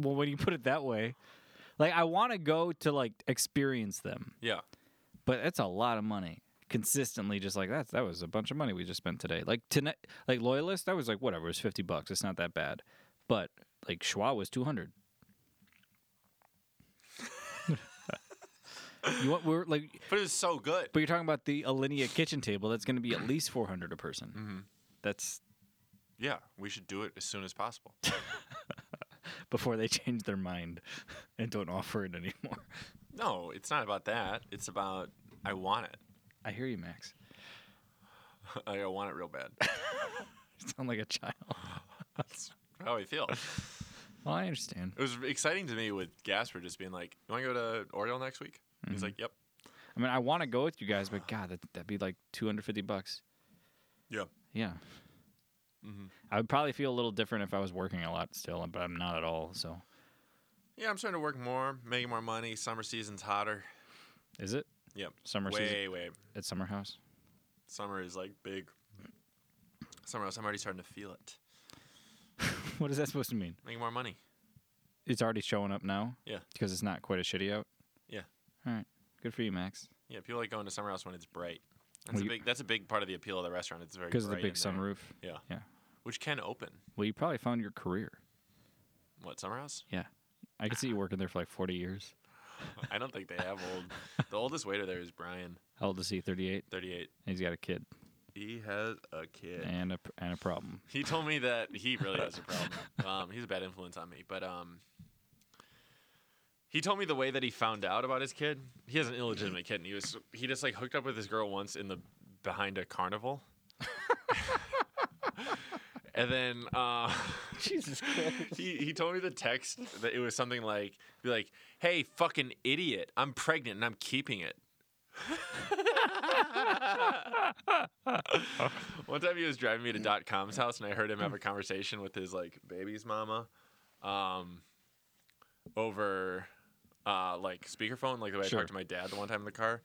Speaker 1: well, when you put it that way, like I want to go to like experience them,
Speaker 4: Yeah,
Speaker 1: but that's a lot of money consistently just like that's that was a bunch of money we just spent today like tonight like loyalist that was like whatever it was 50 bucks it's not that bad but like schwa was 200 You want we're like,
Speaker 4: But it's so good.
Speaker 1: but you're talking about the Alinea kitchen table. That's going to be at least 400 a person. That's
Speaker 4: Mm-hmm. Yeah, we should do it as soon as possible.
Speaker 1: before they change their mind and don't offer it anymore.
Speaker 4: No, it's not about that. It's about I want it.
Speaker 1: I hear you, Max.
Speaker 4: Like, I want it real bad.
Speaker 1: You sound like a child.
Speaker 4: That's how I feel.
Speaker 1: Well, I understand.
Speaker 4: It was exciting to me with Gasper just being like, "You want to go to Oriole next week?" He's like, "Yep."
Speaker 1: I mean, I want to go with you guys, but God, that, that'd be like 250 bucks.
Speaker 4: Yeah. Mm-hmm.
Speaker 1: Yeah. I would probably feel a little different if I was working a lot still, but I'm not at all. So,
Speaker 4: Yeah, I'm starting to work more, making more money. Summer season's hotter.
Speaker 1: is it
Speaker 4: Yep.
Speaker 1: Summer
Speaker 4: way,
Speaker 1: season-
Speaker 4: way.
Speaker 1: at Summer House?
Speaker 4: Summer is like big. Summer else, I'm already starting to feel it.
Speaker 1: What is that supposed to mean?
Speaker 4: Making more money.
Speaker 1: It's already showing up now.
Speaker 4: Yeah.
Speaker 1: Because it's not quite as shitty out.
Speaker 4: Yeah.
Speaker 1: All right. Good for you, Max.
Speaker 4: Yeah, people like going to summer house when it's bright. That's
Speaker 1: Well,
Speaker 4: a
Speaker 1: you-
Speaker 4: big. That's a big part of the appeal of the restaurant. It's very
Speaker 1: Because of the
Speaker 4: bright
Speaker 1: big
Speaker 4: in there.
Speaker 1: sunroof.
Speaker 4: Yeah,
Speaker 1: Yeah.
Speaker 4: which can open.
Speaker 1: Well, you probably found your career.
Speaker 4: What summer house?
Speaker 1: Yeah. I could see you working there for like 40 years.
Speaker 4: I don't think they have old. The oldest waiter there is Brian,
Speaker 1: How old is he? 38.
Speaker 4: 38.
Speaker 1: And he's got a kid
Speaker 4: He has a kid.
Speaker 1: and a and a problem.
Speaker 4: He told me that he really has a problem. Um, he's a bad influence on me, but um, he told me the way that he found out about his kid. He has an illegitimate kid, and he was he just like hooked up with this girl once in the behind a carnival, and then uh,
Speaker 1: Jesus Christ.
Speaker 4: he he told me the text that it was something like be like, "Hey, fucking idiot, I'm pregnant and I'm keeping it." One time he was driving me to dot com's house and I heard him have a conversation with his like baby's mama um over uh like speakerphone like the way I
Speaker 1: Sure.
Speaker 4: talked to my dad the one time in the car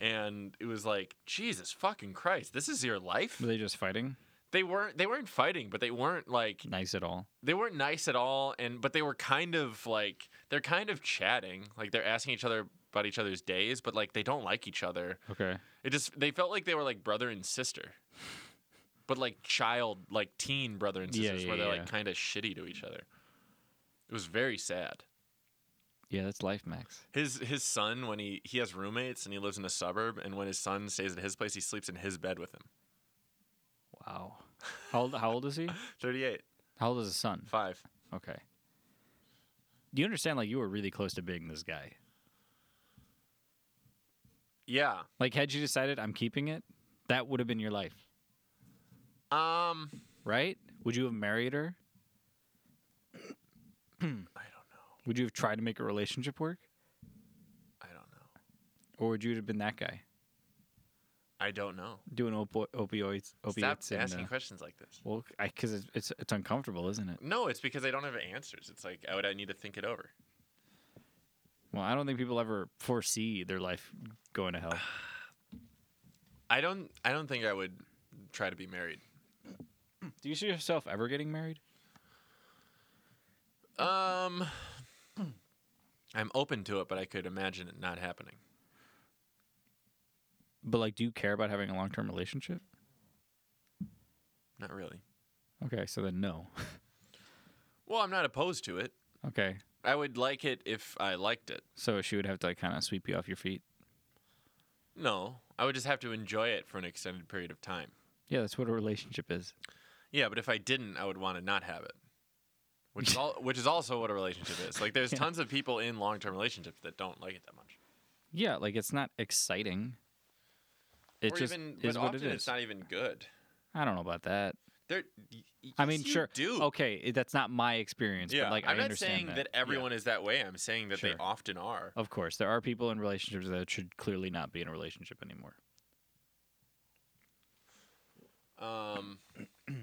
Speaker 4: and it was like Jesus fucking Christ this is your life
Speaker 1: Were they just fighting?
Speaker 4: they weren't they weren't fighting but they weren't like
Speaker 1: Nice at all?
Speaker 4: they weren't nice at all and but they were kind of like they're kind of chatting like they're asking each other about each other's days but like they don't like each other
Speaker 1: Okay.
Speaker 4: it just they felt like they were like brother and sister but like child like teen brother and
Speaker 1: Yeah,
Speaker 4: sisters where
Speaker 1: yeah,
Speaker 4: they're
Speaker 1: yeah.
Speaker 4: like kind of shitty to each other it was very sad
Speaker 1: Yeah, that's life, Max.
Speaker 4: his his son when he he has roommates and he lives in a suburb and when his son stays at his place he sleeps in his bed with him
Speaker 1: Wow. How old, how old is he?
Speaker 4: 38
Speaker 1: How old is his son?
Speaker 4: 5
Speaker 1: Okay. Do you understand? Like, you were really close to being this guy.
Speaker 4: yeah
Speaker 1: Like, had you decided I'm keeping it, that would have been your life,
Speaker 4: um
Speaker 1: right? Would you have married her?
Speaker 4: i don't know
Speaker 1: Would you have tried to make a relationship work?
Speaker 4: i don't know
Speaker 1: Or would you have been that guy
Speaker 4: i don't know
Speaker 1: doing opo- opioids?
Speaker 4: Stop
Speaker 1: opioids and,
Speaker 4: asking
Speaker 1: uh,
Speaker 4: questions like this.
Speaker 1: Well, because it's, it's it's uncomfortable, isn't it?
Speaker 4: No, it's because I don't have answers. It's like I would I need to think it over.
Speaker 1: Well, I don't think people ever foresee their life going to hell.
Speaker 4: I don't I don't think I would try to be married.
Speaker 1: Do you see yourself ever getting married?
Speaker 4: Um I'm open to it, but I could imagine it not happening.
Speaker 1: But like, do you care about having a long term relationship?
Speaker 4: Not really.
Speaker 1: Okay, so then no.
Speaker 4: Well, I'm not opposed to it.
Speaker 1: okay,
Speaker 4: I would like it if I liked it.
Speaker 1: so she would have to like kind of sweep you off your feet.
Speaker 4: No, I would just have to enjoy it for an extended period of time.
Speaker 1: Yeah, that's what a relationship is.
Speaker 4: Yeah, but if I didn't, I would want to not have it. Which is all, which is also what a relationship is. Like there's tons of people in long-term relationships that don't like it that much.
Speaker 1: Yeah, like it's not exciting. It
Speaker 4: or
Speaker 1: just
Speaker 4: even
Speaker 1: is
Speaker 4: but
Speaker 1: what it
Speaker 4: often
Speaker 1: is.
Speaker 4: it's not even good.
Speaker 1: I don't know about that.
Speaker 4: There, y- y-
Speaker 1: I mean,
Speaker 4: yes, you
Speaker 1: sure.
Speaker 4: Do
Speaker 1: Okay, it- that's not my experience.
Speaker 4: Yeah,
Speaker 1: but like
Speaker 4: I'm
Speaker 1: I
Speaker 4: not
Speaker 1: understand
Speaker 4: saying that,
Speaker 1: that. Yeah.
Speaker 4: everyone is that way. I'm saying that they
Speaker 1: Sure.
Speaker 4: often are.
Speaker 1: Of course, there are people in relationships that should clearly not be in a relationship anymore.
Speaker 4: Um, I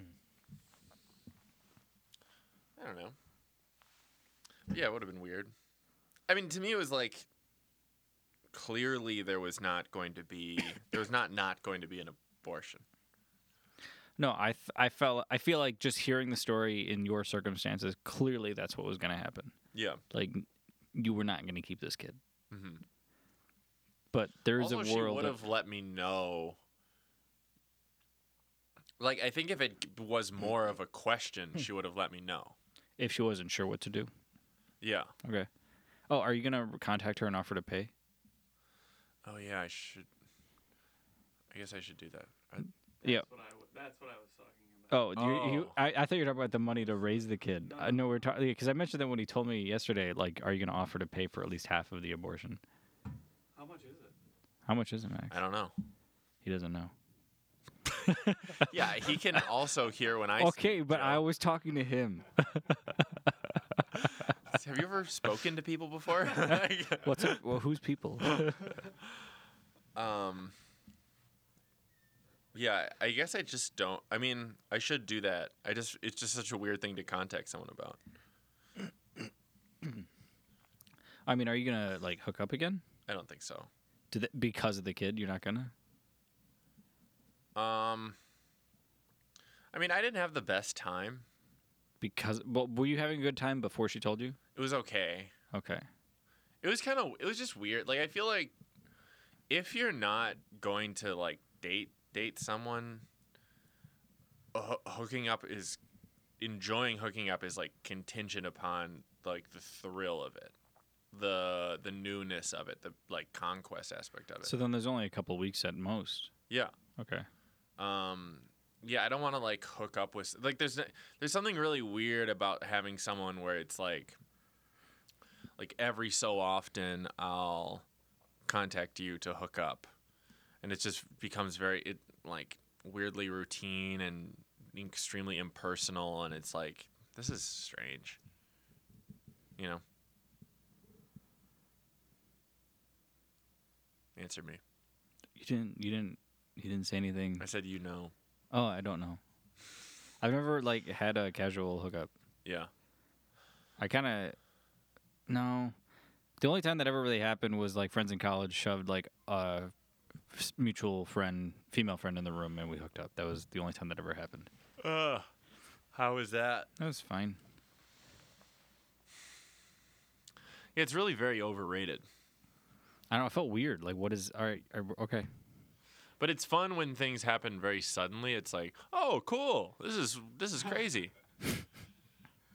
Speaker 4: don't know. Yeah, it would have been weird. I mean, to me, it was like clearly there was not going to be there was not not going to be an abortion.
Speaker 1: No, I th- I felt I feel like just hearing the story in your circumstances, clearly that's what was going to happen.
Speaker 4: Yeah.
Speaker 1: Like you were not going to keep this kid.
Speaker 4: Mm-hmm.
Speaker 1: But there's
Speaker 4: also,
Speaker 1: a
Speaker 4: she
Speaker 1: world
Speaker 4: would
Speaker 1: of
Speaker 4: have let me know. Like, I think if it was more of a question,
Speaker 1: Hmm.
Speaker 4: she would have let me know.
Speaker 1: if she wasn't sure what to do.
Speaker 4: Yeah.
Speaker 1: Okay. Oh, are you going to contact her and offer to pay?
Speaker 4: Oh yeah, I should. I guess I should do that. I,
Speaker 1: Yeah.
Speaker 3: That's what I, wa- that's what I was talking about.
Speaker 1: Oh, You, you,
Speaker 4: Oh.
Speaker 1: I, I thought you were talking about the money to raise the kid. I know we're talking because I mentioned that when he told me yesterday, like, are you going to offer to pay for at least half of the abortion? Oh.
Speaker 3: How much is it?
Speaker 1: How much is it, Max?
Speaker 4: I don't know.
Speaker 1: He doesn't know.
Speaker 4: Yeah, he can also hear when I.
Speaker 1: okay,
Speaker 4: speak,
Speaker 1: but I
Speaker 4: Joe.
Speaker 1: was talking to him.
Speaker 4: Have you ever spoken to people before? Like,
Speaker 1: What's up? Well, who's people?
Speaker 4: um. Yeah, I guess I just don't. I mean, I should do that. I just it's just such a weird thing to contact someone about.
Speaker 1: I mean, are you going to like hook up again?
Speaker 4: I don't think so.
Speaker 1: To the, because of the kid, you're not going to?
Speaker 4: Um. I mean, I didn't have the best time.
Speaker 1: Because, well, were you having a good time before she told you?
Speaker 4: It was okay.
Speaker 1: Okay.
Speaker 4: It was kind of it was just weird. Like I feel like if you're not going to like date date someone, uh, hooking up is enjoying hooking up is like contingent upon like the thrill of it, the the newness of it, the like conquest aspect of it.
Speaker 1: So then there's only a couple weeks at most.
Speaker 4: yeah.
Speaker 1: Okay.
Speaker 4: um yeah i don't want to like hook up with like there's n- there's something really weird about having someone where it's like like every so often i'll contact you to hook up and it just becomes very it like weirdly routine and extremely impersonal and it's like this is strange you know answer me
Speaker 1: You didn't, you didn't, you didn't say anything.
Speaker 4: i said you know
Speaker 1: Oh, I don't know. I've never like had a casual hookup.
Speaker 4: yeah
Speaker 1: I kind of no. The only time that ever really happened was like friends in college shoved like a f- mutual friend, female friend in the room, and we hooked up. That was the only time that ever happened.
Speaker 4: Ugh. How is that?
Speaker 1: That was fine.
Speaker 4: It's really very overrated.
Speaker 1: I don't know. I felt weird. Like, what is all right? Are, okay.
Speaker 4: But it's fun when things happen very suddenly. It's like, oh, cool. This is this is crazy.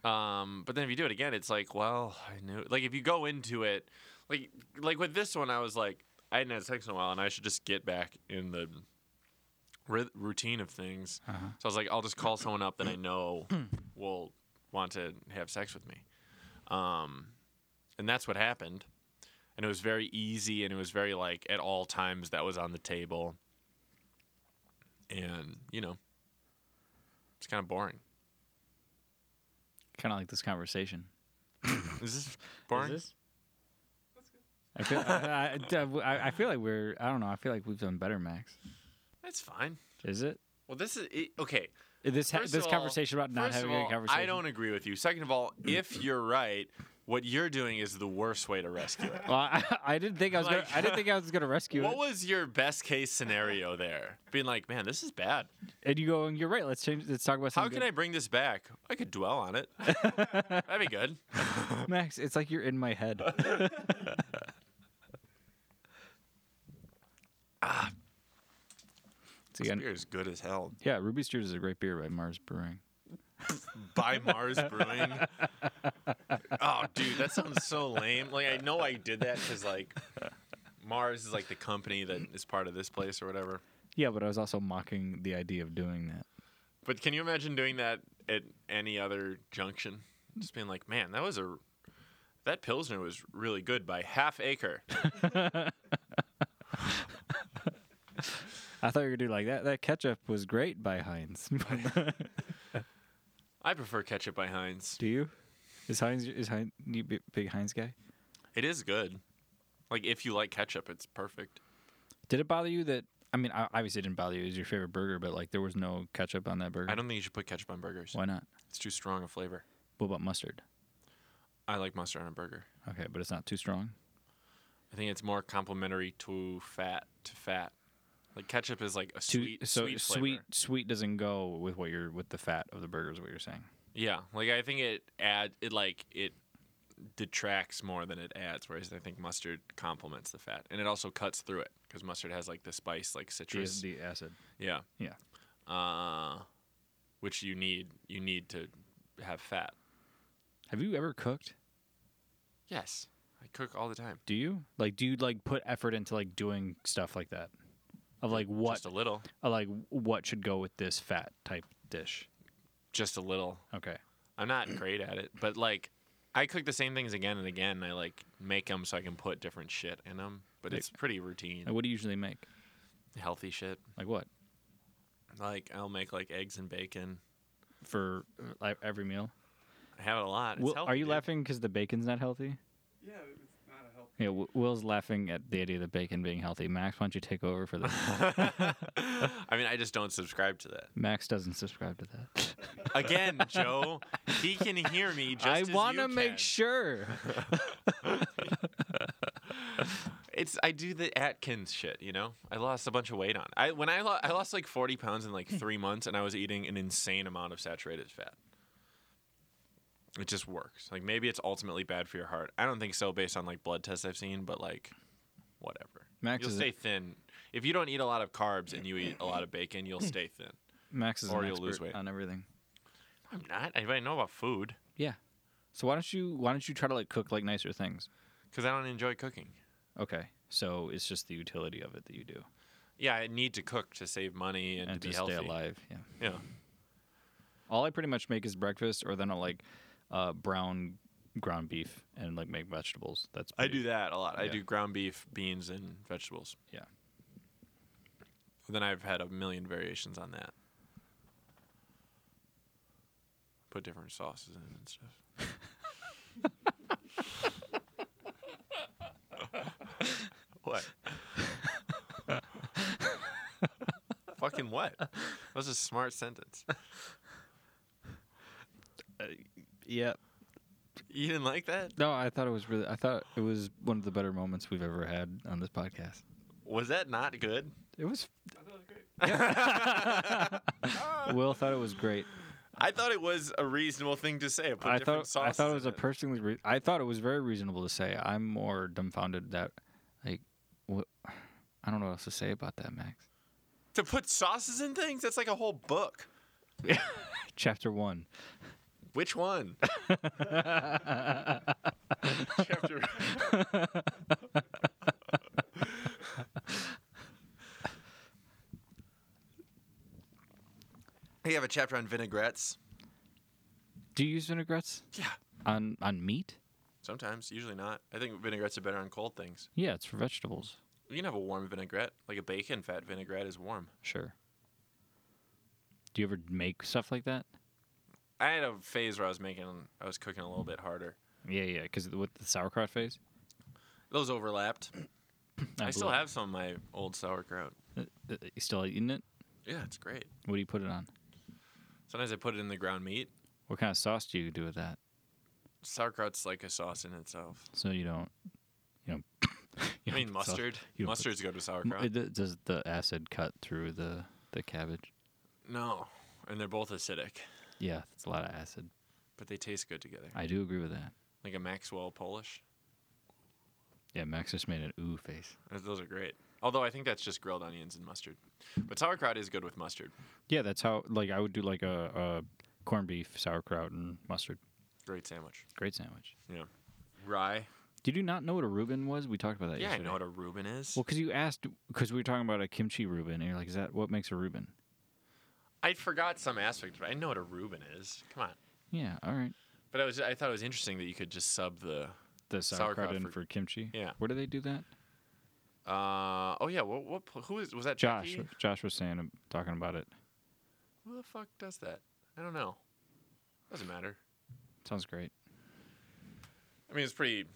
Speaker 4: um, but then if you do it again, it's like, well, I knew. Like if you go into it, like like with this one, I was like, I hadn't had sex in a while, and I should just get back in the ri- routine of things. So I was like, I'll just call someone up that I know will want to have sex with me. Um, and that's what happened. and it was very easy and it was very like at all times that was on the table and you know it's kind of boring
Speaker 1: Kind of like this conversation.
Speaker 4: is this boring
Speaker 3: That's good.
Speaker 1: I feel. I, I- I- I feel like we're. I don't know. I feel like we've done better, Max.
Speaker 4: that's fine
Speaker 1: Is it?
Speaker 4: well this is it, okay
Speaker 1: This ha-
Speaker 4: First
Speaker 1: this
Speaker 4: of all-
Speaker 1: conversation about not
Speaker 4: first of
Speaker 1: having a
Speaker 4: all,
Speaker 1: conversation.
Speaker 4: i don't agree with you second of all if you're right what you're doing is the worst way to rescue it
Speaker 1: Well, I, I didn't think I was.
Speaker 4: Like-
Speaker 1: gonna, I didn't think I was gonna rescue
Speaker 4: what
Speaker 1: it.
Speaker 4: was your best case scenario there being like man this is bad
Speaker 1: and you go, and you're right. Let's change. Let's talk about
Speaker 4: how
Speaker 1: something.
Speaker 4: can i bring this back i could dwell on it that'd be good
Speaker 1: I, Max? It's like you're in my head. Ah. See,
Speaker 4: this
Speaker 1: I-
Speaker 4: beer is good as hell
Speaker 1: yeah, Ruby Steers is a great beer by Mars Brewing.
Speaker 4: by Mars Brewing. oh, dude, that sounds so lame. Like I know I did that because like Mars is like the company that is part of this place or whatever.
Speaker 1: Yeah, but I was also mocking the idea of doing that.
Speaker 4: But can you imagine doing that at any other junction? Just being like, man, that was a that pilsner was really good by half acre.
Speaker 1: I thought you were gonna do like that. That ketchup was great by Heinz.
Speaker 4: I prefer ketchup by Heinz.
Speaker 1: do you? Is Heinz is Heinz you bi- big Heinz guy?
Speaker 4: It is good. Like if you like ketchup, it's perfect.
Speaker 1: Did it bother you that? I mean, I- obviously it didn't bother you. It was your favorite burger, but like there was no ketchup on that burger.
Speaker 4: I don't think you should put ketchup on burgers.
Speaker 1: Why not?
Speaker 4: It's too strong a flavor.
Speaker 1: What about mustard?
Speaker 4: I like mustard on a burger.
Speaker 1: Okay, but it's not too strong.
Speaker 4: I think it's more complimentary to fat to fat. Like ketchup is like a
Speaker 1: Too,
Speaker 4: sweet
Speaker 1: so
Speaker 4: sweet, flavor.
Speaker 1: sweet sweet doesn't go with what you're with the fat of the burger is what you're saying.
Speaker 4: Yeah, like I think it add it like it detracts more than it adds. Whereas I think mustard complements the fat, and it also cuts through it because mustard has like the spice, like citrus.
Speaker 1: The acid.
Speaker 4: Yeah,
Speaker 1: Yeah.
Speaker 4: uh, which you need you need to have fat.
Speaker 1: Have you ever cooked?
Speaker 4: Yes, I cook all the time.
Speaker 1: Do you like? Do you like put effort into like doing stuff like that? Of like what?
Speaker 4: Just a little.
Speaker 1: uh, like what should go with this fat type dish?
Speaker 4: Just a little.
Speaker 1: Okay.
Speaker 4: I'm not great at it, but like I cook the same things again and again. I like make them so I can put different shit in them, but
Speaker 1: Like-
Speaker 4: it's pretty routine.
Speaker 1: Like, what do you usually make?
Speaker 4: Healthy shit.
Speaker 1: Like what
Speaker 4: Like I'll make like eggs and bacon.
Speaker 1: for like, every meal?
Speaker 4: I have it a lot. It's
Speaker 1: Will,
Speaker 4: healthy,
Speaker 1: are you
Speaker 4: dude.
Speaker 1: laughing because the bacon's not healthy?
Speaker 3: Yeah, it's not a help.
Speaker 1: Yeah, Wi- Will's laughing at the idea of the bacon being healthy. Max, why don't you take over for this?
Speaker 4: I mean, I just don't subscribe to that.
Speaker 1: Max doesn't subscribe to that.
Speaker 4: Again, Joe, he can hear me just
Speaker 1: I
Speaker 4: as
Speaker 1: want to
Speaker 4: you
Speaker 1: make
Speaker 4: can.
Speaker 1: sure.
Speaker 4: It's I do the Atkins shit, you know. I lost a bunch of weight on. I when I lo- I lost like forty pounds in like three months, and I was eating an insane amount of saturated fat. It just works. Like maybe it's ultimately bad for your heart. I don't think so, based on like blood tests I've seen, but like, whatever.
Speaker 1: Max
Speaker 4: you'll
Speaker 1: is-
Speaker 4: stay thin if you don't eat a lot of carbs and you eat a lot of bacon. You'll stay thin.
Speaker 1: Max is
Speaker 4: Or
Speaker 1: an
Speaker 4: you'll
Speaker 1: expert
Speaker 4: lose weight.
Speaker 1: on everything.
Speaker 4: I'm not. I know about food
Speaker 1: Yeah. So why don't you why don't you try to like cook like nicer things?
Speaker 4: because I don't enjoy cooking.
Speaker 1: Okay. So it's just the utility of it that you do
Speaker 4: Yeah, I need to cook to save money and,
Speaker 1: and,
Speaker 4: to be
Speaker 1: to
Speaker 4: healthy.
Speaker 1: stay alive. Yeah.
Speaker 4: Yeah.
Speaker 1: All I pretty much make is breakfast, or then I'll like uh, brown ground beef and like make vegetables. That's
Speaker 4: I
Speaker 1: pretty-
Speaker 4: do that a lot. I
Speaker 1: Yeah.
Speaker 4: do ground beef, beans, and vegetables.
Speaker 1: Yeah.
Speaker 4: Then I've had a million variations on that. Put different sauces in and stuff. what? Fucking what? That was a smart sentence.
Speaker 1: Yeah.
Speaker 4: You didn't like that?
Speaker 1: No, I thought it was really. I thought it was one of the better moments we've ever had on this podcast.
Speaker 4: Was that not good?
Speaker 1: It was.
Speaker 3: I thought it was great.
Speaker 1: Will thought it was great.
Speaker 4: I thought it was a reasonable thing to say. Put
Speaker 1: I
Speaker 4: different
Speaker 1: thought. I
Speaker 4: sauces
Speaker 1: thought it was
Speaker 4: in
Speaker 1: a personally. Re- I thought it was very reasonable to say. I'm more dumbfounded that, like, what, I don't know what else to say about that, Max.
Speaker 4: to put sauces in things. That's like a whole book.
Speaker 1: Chapter one.
Speaker 4: Which one? Chapter. They have a chapter on vinaigrettes.
Speaker 1: Do you use vinaigrettes
Speaker 4: Yeah.
Speaker 1: on on meat?
Speaker 4: Sometimes, usually not. I think vinaigrettes are better on cold things.
Speaker 1: Yeah, it's for vegetables.
Speaker 4: You can have a warm vinaigrette, like a bacon fat vinaigrette is warm.
Speaker 1: Sure. Do you ever make stuff like that?
Speaker 4: I had a phase where I was making, I was cooking a little bit harder.
Speaker 1: Yeah, yeah, because with the sauerkraut phase.
Speaker 4: Those overlapped. I, still
Speaker 1: believe-
Speaker 4: have some of my old sauerkraut.
Speaker 1: Uh, You still eating it?
Speaker 4: Yeah, it's great.
Speaker 1: What do you put it on?
Speaker 4: Sometimes I put it in the ground meat.
Speaker 1: What kind of sauce do you do with that?
Speaker 4: Sauerkraut's like a sauce in itself.
Speaker 1: So you don't, you know. you
Speaker 4: I mean,
Speaker 1: don't put sauce-
Speaker 4: mustard.
Speaker 1: you don't put-
Speaker 4: Mustards go to
Speaker 1: M-
Speaker 4: sauerkraut.
Speaker 1: Mm, it d- Does the acid cut through the the cabbage?
Speaker 4: no, and they're both acidic,
Speaker 1: Yeah, that's a lot of acid.
Speaker 4: but they taste good together.
Speaker 1: I do agree with that.
Speaker 4: Like a Maxwell Polish.
Speaker 1: Yeah, Max just made an ooh face.
Speaker 4: Those- Those are great. Although I think that's just grilled onions and mustard. But sauerkraut is good with mustard.
Speaker 1: Yeah, that's how. Like I would do like a, a corned beef, sauerkraut, and mustard.
Speaker 4: Great sandwich.
Speaker 1: Great sandwich.
Speaker 4: Yeah. Rye.
Speaker 1: Did you not know what a Reuben was? We talked about that.
Speaker 4: Yeah, I
Speaker 1: yesterday.
Speaker 4: know what a Reuben is.
Speaker 1: Well, because you asked, because we were talking about a kimchi Reuben, and you're like, "Is that what makes a Reuben?"
Speaker 4: I forgot some aspect, but I know what a Reuben is. Come on.
Speaker 1: Yeah, all right.
Speaker 4: But I was I thought it was interesting that you could just sub the
Speaker 1: The sauerkraut,
Speaker 4: Sauerkraut
Speaker 1: in
Speaker 4: for-
Speaker 1: for, kimchi.
Speaker 4: Yeah.
Speaker 1: Where do they do that?
Speaker 4: uh oh yeah, what what who is was that
Speaker 1: Josh,
Speaker 4: Jackie?
Speaker 1: Josh was saying, talking about it.
Speaker 4: Who the fuck does that? I don't know. Doesn't matter.
Speaker 1: Sounds great.
Speaker 4: I mean, it's pretty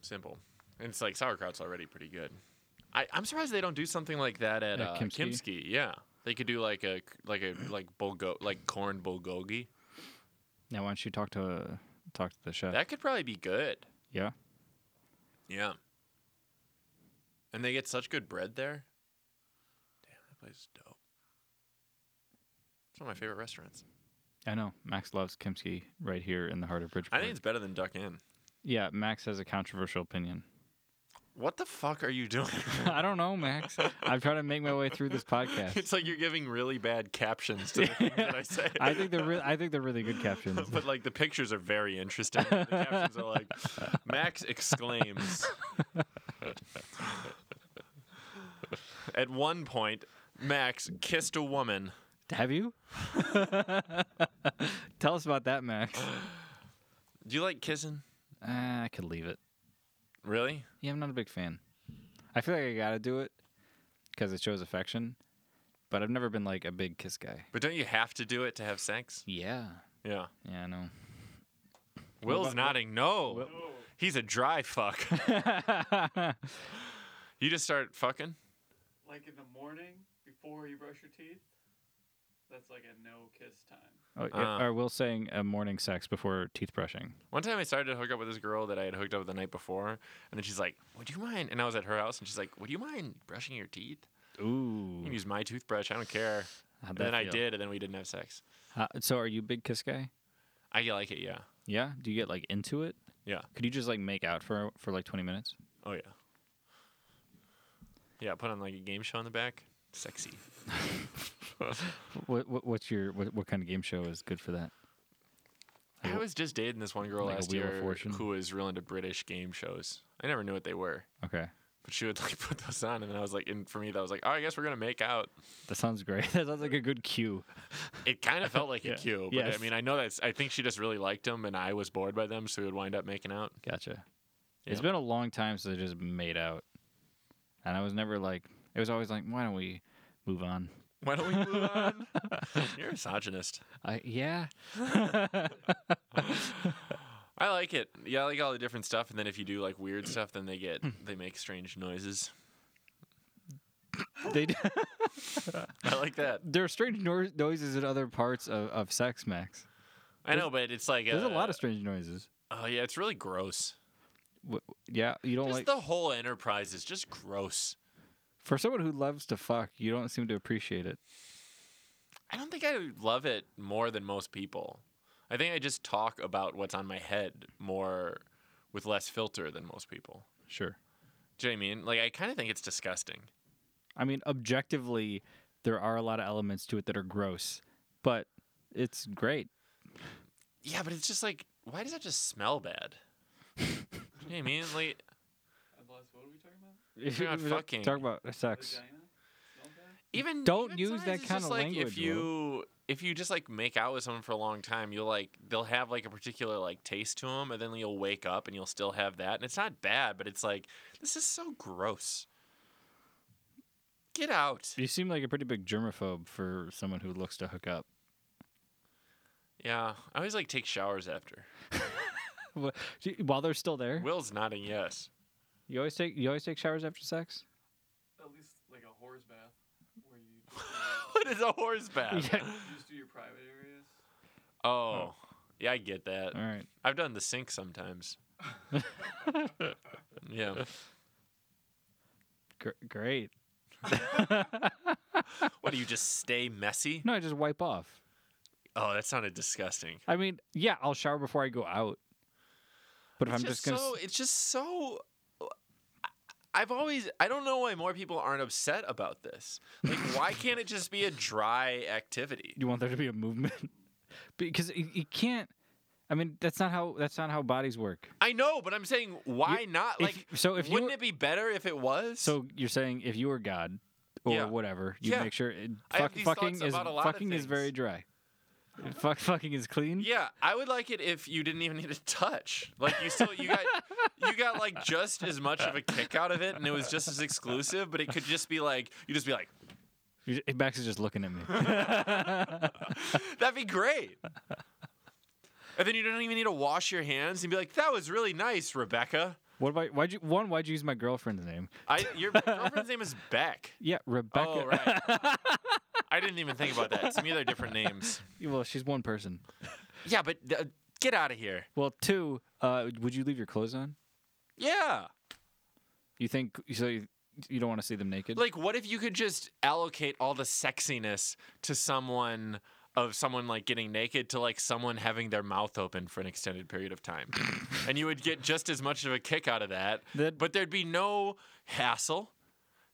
Speaker 4: simple. And it's like sauerkraut's already pretty good. I, I'm surprised they don't do something like that
Speaker 1: At
Speaker 4: at uh,
Speaker 1: Kimski?
Speaker 4: Kimski. Yeah, they could do like a like a like bulgo like corn bulgogi.
Speaker 1: Now, why don't you talk to talk to the chef?
Speaker 4: That could probably be good.
Speaker 1: yeah.
Speaker 4: Yeah. And they get such good bread there. Damn, that place is dope. It's one of my favorite restaurants.
Speaker 1: I know. Max loves Kimski right here in the heart of Bridgeport.
Speaker 4: I think it's better than Duck Inn.
Speaker 1: yeah, Max has a controversial opinion.
Speaker 4: What the fuck are you doing?
Speaker 1: I don't know, Max. I'm trying to make my way through this podcast.
Speaker 4: it's like you're giving really bad captions to the things that I say.
Speaker 1: I think they're re- I think they're really good captions.
Speaker 4: but like the pictures are very interesting. The captions are like Max exclaims. At one point, Max kissed a woman.
Speaker 1: Have you? Tell us about that, Max.
Speaker 4: Do you like kissing?
Speaker 1: Uh, I could leave it.
Speaker 4: Really?
Speaker 1: Yeah, I'm not a big fan. I feel like I gotta do it because it shows affection, but I've never been like a big kiss guy.
Speaker 4: But don't you have to do it to have sex?
Speaker 1: Yeah.
Speaker 4: Yeah.
Speaker 1: Yeah, I know.
Speaker 4: Will's nodding
Speaker 3: Oh,
Speaker 4: no. He's a dry fuck. you just start fucking?
Speaker 3: Like in the morning before you brush your teeth, that's like a no kiss time.
Speaker 1: Oh,
Speaker 4: Uh.
Speaker 1: yeah, or Will saying uh, morning sex before teeth brushing.
Speaker 4: One time I started to hook up with this girl that I had hooked up with the night before, and then she's like, Would you mind? And I was at her house, and she's like, Would you mind brushing your teeth?
Speaker 1: Ooh.
Speaker 4: You can use my toothbrush. I don't care.
Speaker 1: How'd
Speaker 4: And then
Speaker 1: that
Speaker 4: I
Speaker 1: feel?
Speaker 4: did, and then we didn't have sex.
Speaker 1: How- so, are you a big kiss guy?
Speaker 4: I like it, yeah.
Speaker 1: Yeah. Do you get like into it?
Speaker 4: Yeah.
Speaker 1: Could you just like make out for for like 20 minutes?
Speaker 4: Oh, yeah. Yeah, put on like a game show in the back. Sexy.
Speaker 1: What, what what's your what, what kind of game show is good for that?
Speaker 4: I was just dating this one girl
Speaker 1: Like a
Speaker 4: last
Speaker 1: Wheel of
Speaker 4: year
Speaker 1: Fortune?
Speaker 4: who was real into British game shows. I never knew what they were,
Speaker 1: Okay.
Speaker 4: but she would like put those on, and then I was like, and for me, that was like, oh, I guess we're gonna make out.
Speaker 1: That sounds great. That sounds like a good cue.
Speaker 4: It kind of felt like a cue, but I
Speaker 1: Yes.
Speaker 4: mean, I know that's. I think she just really liked him, and I was bored by them, so we would wind up making out.
Speaker 1: Gotcha. It's
Speaker 4: Yeah.
Speaker 1: been a long time since I just made out, and I was never like it was always like why don't we move on?
Speaker 4: Why don't we move on? You're a misogynist.
Speaker 1: I yeah.
Speaker 4: I like it. Yeah, I like all the different stuff, and then if you do like weird stuff, then they get they make strange noises.
Speaker 1: They d-
Speaker 4: I like that.
Speaker 1: there are strange no- noises in other parts of, of sex, Max.
Speaker 4: I know, but it's like uh,
Speaker 1: There's a lot of strange noises.
Speaker 4: Oh yeah, it's really gross.
Speaker 1: Wh- Yeah, you don't
Speaker 4: Just
Speaker 1: like
Speaker 4: the whole enterprise is just gross.
Speaker 1: for someone who loves to fuck. You don't seem to appreciate it.
Speaker 4: I don't think I love it more than most people. I think I just talk about what's on my head more with less filter than most people.
Speaker 1: Sure.
Speaker 4: Do you know what I mean? Like I kind of think it's disgusting.
Speaker 1: I mean, objectively, there are a lot of elements to it that are gross, but it's great.
Speaker 4: Yeah, but it's just like why does that just smell bad? you know what I mean? Like
Speaker 3: Unless, what are we talking about?
Speaker 1: If
Speaker 4: You're not fucking-
Speaker 1: Talk about sex.
Speaker 3: Vagina? Smell bad?
Speaker 4: even
Speaker 1: Don't
Speaker 4: even
Speaker 1: use
Speaker 4: sometimes
Speaker 1: that
Speaker 4: it's
Speaker 1: kinda
Speaker 4: just, like,
Speaker 1: language,
Speaker 4: If
Speaker 1: Will.
Speaker 4: you if you just like make out with someone for a long time, you'll like they'll have like a particular like taste to them, and then you'll wake up and you'll still have that, and it's not bad, but it's like this is so gross. Get out.
Speaker 1: You seem like a pretty big germaphobe for someone who looks to hook up.
Speaker 4: Yeah, I always like take showers after.
Speaker 1: Wh- While they're still there,
Speaker 4: Will's nodding yes.
Speaker 1: you always take you always take showers after sex.
Speaker 3: At least like a whore's bath where you just,
Speaker 4: what is a horse bath?
Speaker 1: Yeah.
Speaker 3: you just do your private areas.
Speaker 4: Oh, yeah, I get that.
Speaker 1: All right.
Speaker 4: I've done the sink sometimes. yeah.
Speaker 1: Gr- great.
Speaker 4: What do you just stay messy?
Speaker 1: No, I just wipe off.
Speaker 4: Oh, that sounded disgusting.
Speaker 1: I mean, yeah, I'll shower before I go out. But if
Speaker 4: It's
Speaker 1: I'm just, gonna,
Speaker 4: so,
Speaker 1: s-
Speaker 4: it's just so. I- I've always, I don't know why more people aren't upset about this. Like, why can't it just be a dry activity?
Speaker 1: you want there to be a movement because you, you can't. I mean, that's not how that's not how bodies work.
Speaker 4: I know, but I'm saying, why not?
Speaker 1: if-
Speaker 4: Like,
Speaker 1: so if you
Speaker 4: wouldn't
Speaker 1: were-
Speaker 4: it be better if it was?
Speaker 1: So you're saying if you were God or
Speaker 4: Yeah.
Speaker 1: whatever, you
Speaker 4: Yeah.
Speaker 1: would make sure it,
Speaker 4: I have
Speaker 1: fuck-
Speaker 4: these
Speaker 1: fucking
Speaker 4: thoughts
Speaker 1: is
Speaker 4: about a lot of
Speaker 1: fucking is very
Speaker 4: things.
Speaker 1: dry. Fuck fucking is clean.
Speaker 4: Yeah, I would like it if you didn't even need to touch. Like you still you got you got like just as much of a kick out of it and it was just as exclusive, but it could just be like you just be like,
Speaker 1: You- Max is just looking at me.
Speaker 4: that'd be great. And then you don't even need to wash your hands and be like, that was really nice, Rebecca.
Speaker 1: what about why'd you one? Why'd you use my girlfriend's name?
Speaker 4: I your girlfriend's name is Beck.
Speaker 1: Yeah, Rebecca.
Speaker 4: Oh right. I didn't even think about that. To me, they're different names.
Speaker 1: Well, she's one person.
Speaker 4: Yeah, but uh, get out of here.
Speaker 1: Well, two. Uh, would you leave your clothes on?
Speaker 4: Yeah.
Speaker 1: You think so? You, you don't want to see them naked?
Speaker 4: Like, what if you could just allocate all the sexiness to someone of someone like getting naked to like someone having their mouth open for an extended period of time. and you would get just as much of a kick out of that,
Speaker 1: That-
Speaker 4: but there'd be no hassle.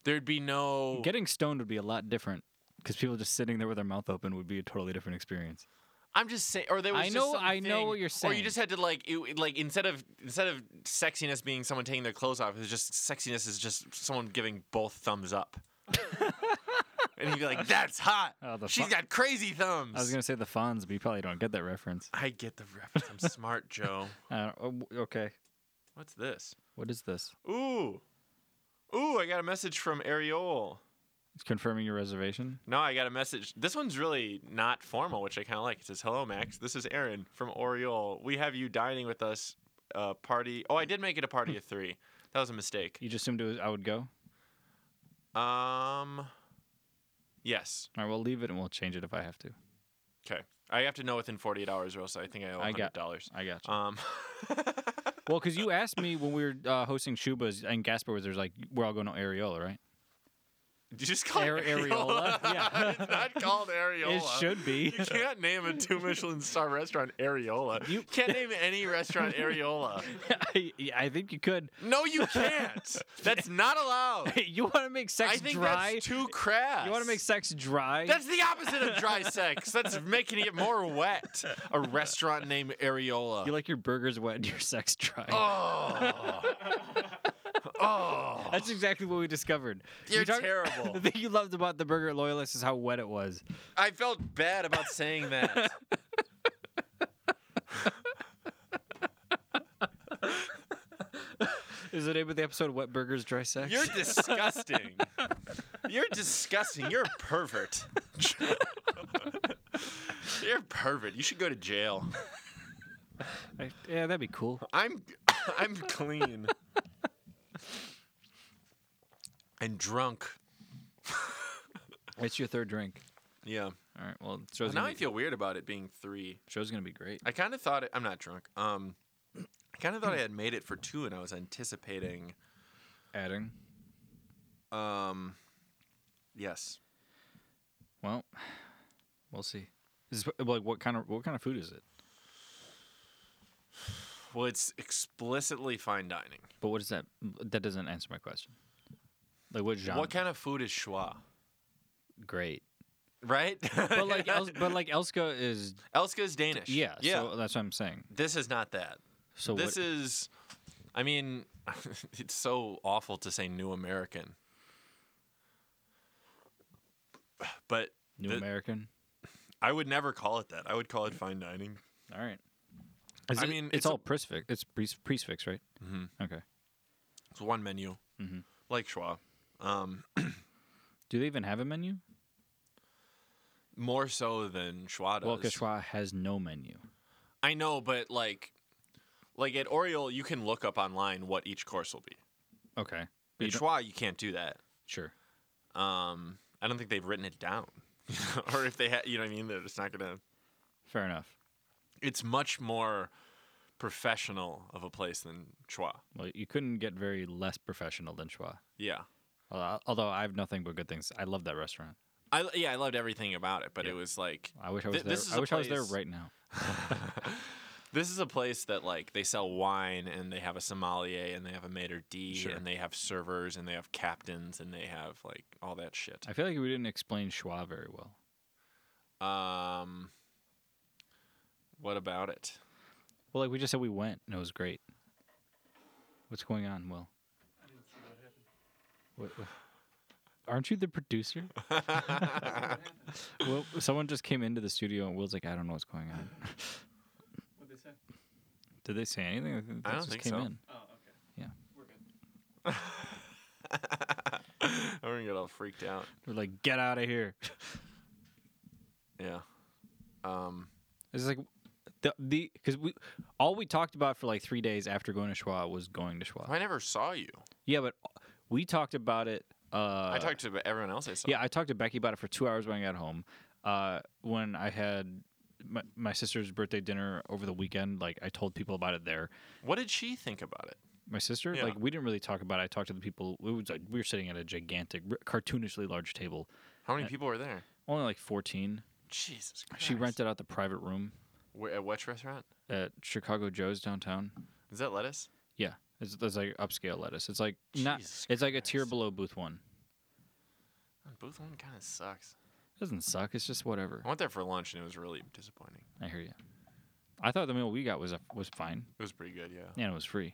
Speaker 4: There'd be no
Speaker 1: Getting stoned would be a lot different because people just sitting there with their mouth open would be a totally different experience.
Speaker 4: I'm just saying, or there was.
Speaker 1: I
Speaker 4: just
Speaker 1: know-
Speaker 4: some
Speaker 1: I know
Speaker 4: thing-
Speaker 1: what you're
Speaker 4: Or you
Speaker 1: saying.
Speaker 4: just had to like, it, like instead of instead of sexiness being someone taking their clothes off, it's just sexiness is just someone giving both thumbs up. and you'd be like, "That's hot.
Speaker 1: Oh, the
Speaker 4: She's
Speaker 1: fu-
Speaker 4: got crazy thumbs."
Speaker 1: I was gonna say the Fonz, but you probably don't get that reference.
Speaker 4: I get the reference. I'm smart, Joe.
Speaker 1: Uh, oh, w- okay,
Speaker 4: What's this?
Speaker 1: what is this?
Speaker 4: Ooh, ooh! I got a message from Ariol.
Speaker 1: It's confirming your reservation.
Speaker 4: No, I got a message. This one's really not formal, which I kind of like. It says, "Hello, Max. This is Aaron from Oriole. We have you dining with us. Uh, party. Oh, I did make it a party of three. That was a mistake.
Speaker 1: You just assumed it was, I would go.
Speaker 4: Um, yes.
Speaker 1: All right, we'll leave it and we'll change it if I have to.
Speaker 4: Okay. I have to know within 48 hours, or else I think I owe
Speaker 1: I
Speaker 4: hundred
Speaker 1: got-
Speaker 4: dollars.
Speaker 1: I got you.
Speaker 4: Um, Uh,
Speaker 1: well, because you asked me when we were uh, hosting Shuba's and Gaspar was there's like we're all going to Areola, right?
Speaker 4: did you just call it
Speaker 1: Ar-
Speaker 4: Areola?
Speaker 1: Areola? Yeah.
Speaker 4: it's not called Areola.
Speaker 1: It should be.
Speaker 4: You can't name a two Michelin star restaurant Areola. You
Speaker 1: You-
Speaker 4: can't name any restaurant Areola.
Speaker 1: I, I think you could.
Speaker 4: No, you can't. That's not allowed.
Speaker 1: you want to make sex
Speaker 4: I think
Speaker 1: dry?
Speaker 4: that's too crass.
Speaker 1: you want to make sex dry?
Speaker 4: That's the opposite of dry sex. That's making it more wet. A restaurant named Areola.
Speaker 1: you like your burgers wet and your sex dry.
Speaker 4: oh. oh.
Speaker 1: That's exactly what we discovered. You
Speaker 4: You're
Speaker 1: talk-
Speaker 4: terrible.
Speaker 1: The thing you loved about the burger at Loyalist is how wet it was.
Speaker 4: I felt bad about saying that.
Speaker 1: Is the name of the episode Wet Burgers, Dry Sex?
Speaker 4: You're disgusting. You're disgusting. You're a pervert. You're a pervert. You should go to jail.
Speaker 1: I- yeah, that'd be cool.
Speaker 4: I'm I'm clean. and drunk.
Speaker 1: It's your third drink.
Speaker 4: Yeah.
Speaker 1: All right. Well, show's
Speaker 4: now
Speaker 1: gonna
Speaker 4: I
Speaker 1: be-
Speaker 4: feel weird about it being three.
Speaker 1: show's gonna be great.
Speaker 4: I kind of thought it, I'm not drunk. Um, I kind of thought I had made it for two, and I was anticipating.
Speaker 1: Adding.
Speaker 4: Um, yes,
Speaker 1: Well, we'll see. Is this, like what kind of what kind of food is it?
Speaker 4: well, it's explicitly fine dining.
Speaker 1: But what is that? That doesn't answer my question. Like what genre?
Speaker 4: What kind of food is schwa?
Speaker 1: Great.
Speaker 4: Right,
Speaker 1: But like, Els- but like Elska is
Speaker 4: Elska is Danish.
Speaker 1: yeah.
Speaker 4: yeah.
Speaker 1: So that's what I'm saying.
Speaker 4: this is not that.
Speaker 1: So
Speaker 4: this
Speaker 1: what,
Speaker 4: is, I mean, it's so awful to say new American, but
Speaker 1: New
Speaker 4: the-
Speaker 1: American.
Speaker 4: I would never call it that. I would call it fine dining.
Speaker 1: All right. Is
Speaker 4: I
Speaker 1: it-
Speaker 4: mean,
Speaker 1: it's,
Speaker 4: it's a-
Speaker 1: all prefix. It's pre- prefix, right? Mm-hmm. Okay.
Speaker 4: It's one menu,
Speaker 1: Mhm.
Speaker 4: like schwa. Um,
Speaker 1: Do they even have a menu?
Speaker 4: more so than Schwa does.
Speaker 1: Well, Quechua has no menu.
Speaker 4: I know, but like, like at Oriole, you can look up online what each course will be.
Speaker 1: Okay. But
Speaker 4: At
Speaker 1: you don't-
Speaker 4: Schwa, you can't do that.
Speaker 1: sure.
Speaker 4: Um, I don't think they've written it down, or if they, ha- you know what I mean. They're just not gonna.
Speaker 1: Fair enough.
Speaker 4: It's much more professional of a place than Schwa.
Speaker 1: Well, you couldn't get very less professional than Schwa.
Speaker 4: Yeah,
Speaker 1: Although although I have nothing but good things. I love that restaurant.
Speaker 4: I yeah, I loved everything about it, but
Speaker 1: Yeah.
Speaker 4: it was like
Speaker 1: I wish I was
Speaker 4: Th- this is
Speaker 1: there. I
Speaker 4: a
Speaker 1: wish I was there
Speaker 4: place-
Speaker 1: right now.
Speaker 4: This is a place that like they sell wine and they have a sommelier and they have a maitre d
Speaker 1: Sure.
Speaker 4: and they have servers and they have captains and they have like all that shit.
Speaker 1: I feel like we didn't explain Schwa very well.
Speaker 4: Um, what about it?
Speaker 1: Well, like we just said, we went and it was great. What's going on, Will?
Speaker 3: I didn't see what happened.
Speaker 1: What, what- Aren't you the producer? Well, someone just came into the studio and Will's like, I don't know what's going on.
Speaker 3: What they say?
Speaker 1: Did they say anything? think that
Speaker 4: I don't
Speaker 1: just
Speaker 4: think
Speaker 1: came
Speaker 4: so.
Speaker 1: in.
Speaker 3: Oh, okay.
Speaker 1: Yeah.
Speaker 3: We're good.
Speaker 4: I'm gonna get all freaked out.
Speaker 1: We're like, get out of here.
Speaker 4: Yeah. Um,
Speaker 1: It's like the the because we all we talked about for like three days after going to Schwa was going to Schwa.
Speaker 4: I never saw you.
Speaker 1: Yeah, but we talked about it. Uh,
Speaker 4: I talked to everyone else I saw.
Speaker 1: Yeah, I talked to Becky about it for two hours when I got home. Uh, when I had my, my sister's birthday dinner over the weekend, like I told people about it there.
Speaker 4: What did she think about it?
Speaker 1: My sister,
Speaker 4: Yeah.
Speaker 1: like we didn't really talk about it. I talked to the people. It was like we were sitting at a gigantic, r- cartoonishly large table,
Speaker 4: How many people were there?
Speaker 1: only like fourteen.
Speaker 4: Jesus Christ.
Speaker 1: Uh, She rented out the private room
Speaker 4: Where, at which restaurant?
Speaker 1: at Chicago Joe's downtown.
Speaker 4: Is that lettuce?
Speaker 1: Yeah, it's, it's like upscale lettuce. It's like not.
Speaker 4: Jesus
Speaker 1: It's like a tier
Speaker 4: Christ.
Speaker 1: below booth one.
Speaker 4: Booth one kind of sucks.
Speaker 1: doesn't suck. It's just whatever.
Speaker 4: I went there for lunch and it was really disappointing.
Speaker 1: I hear you. I thought the meal we got was a, was fine
Speaker 4: It was pretty good, yeah.
Speaker 1: and it was free.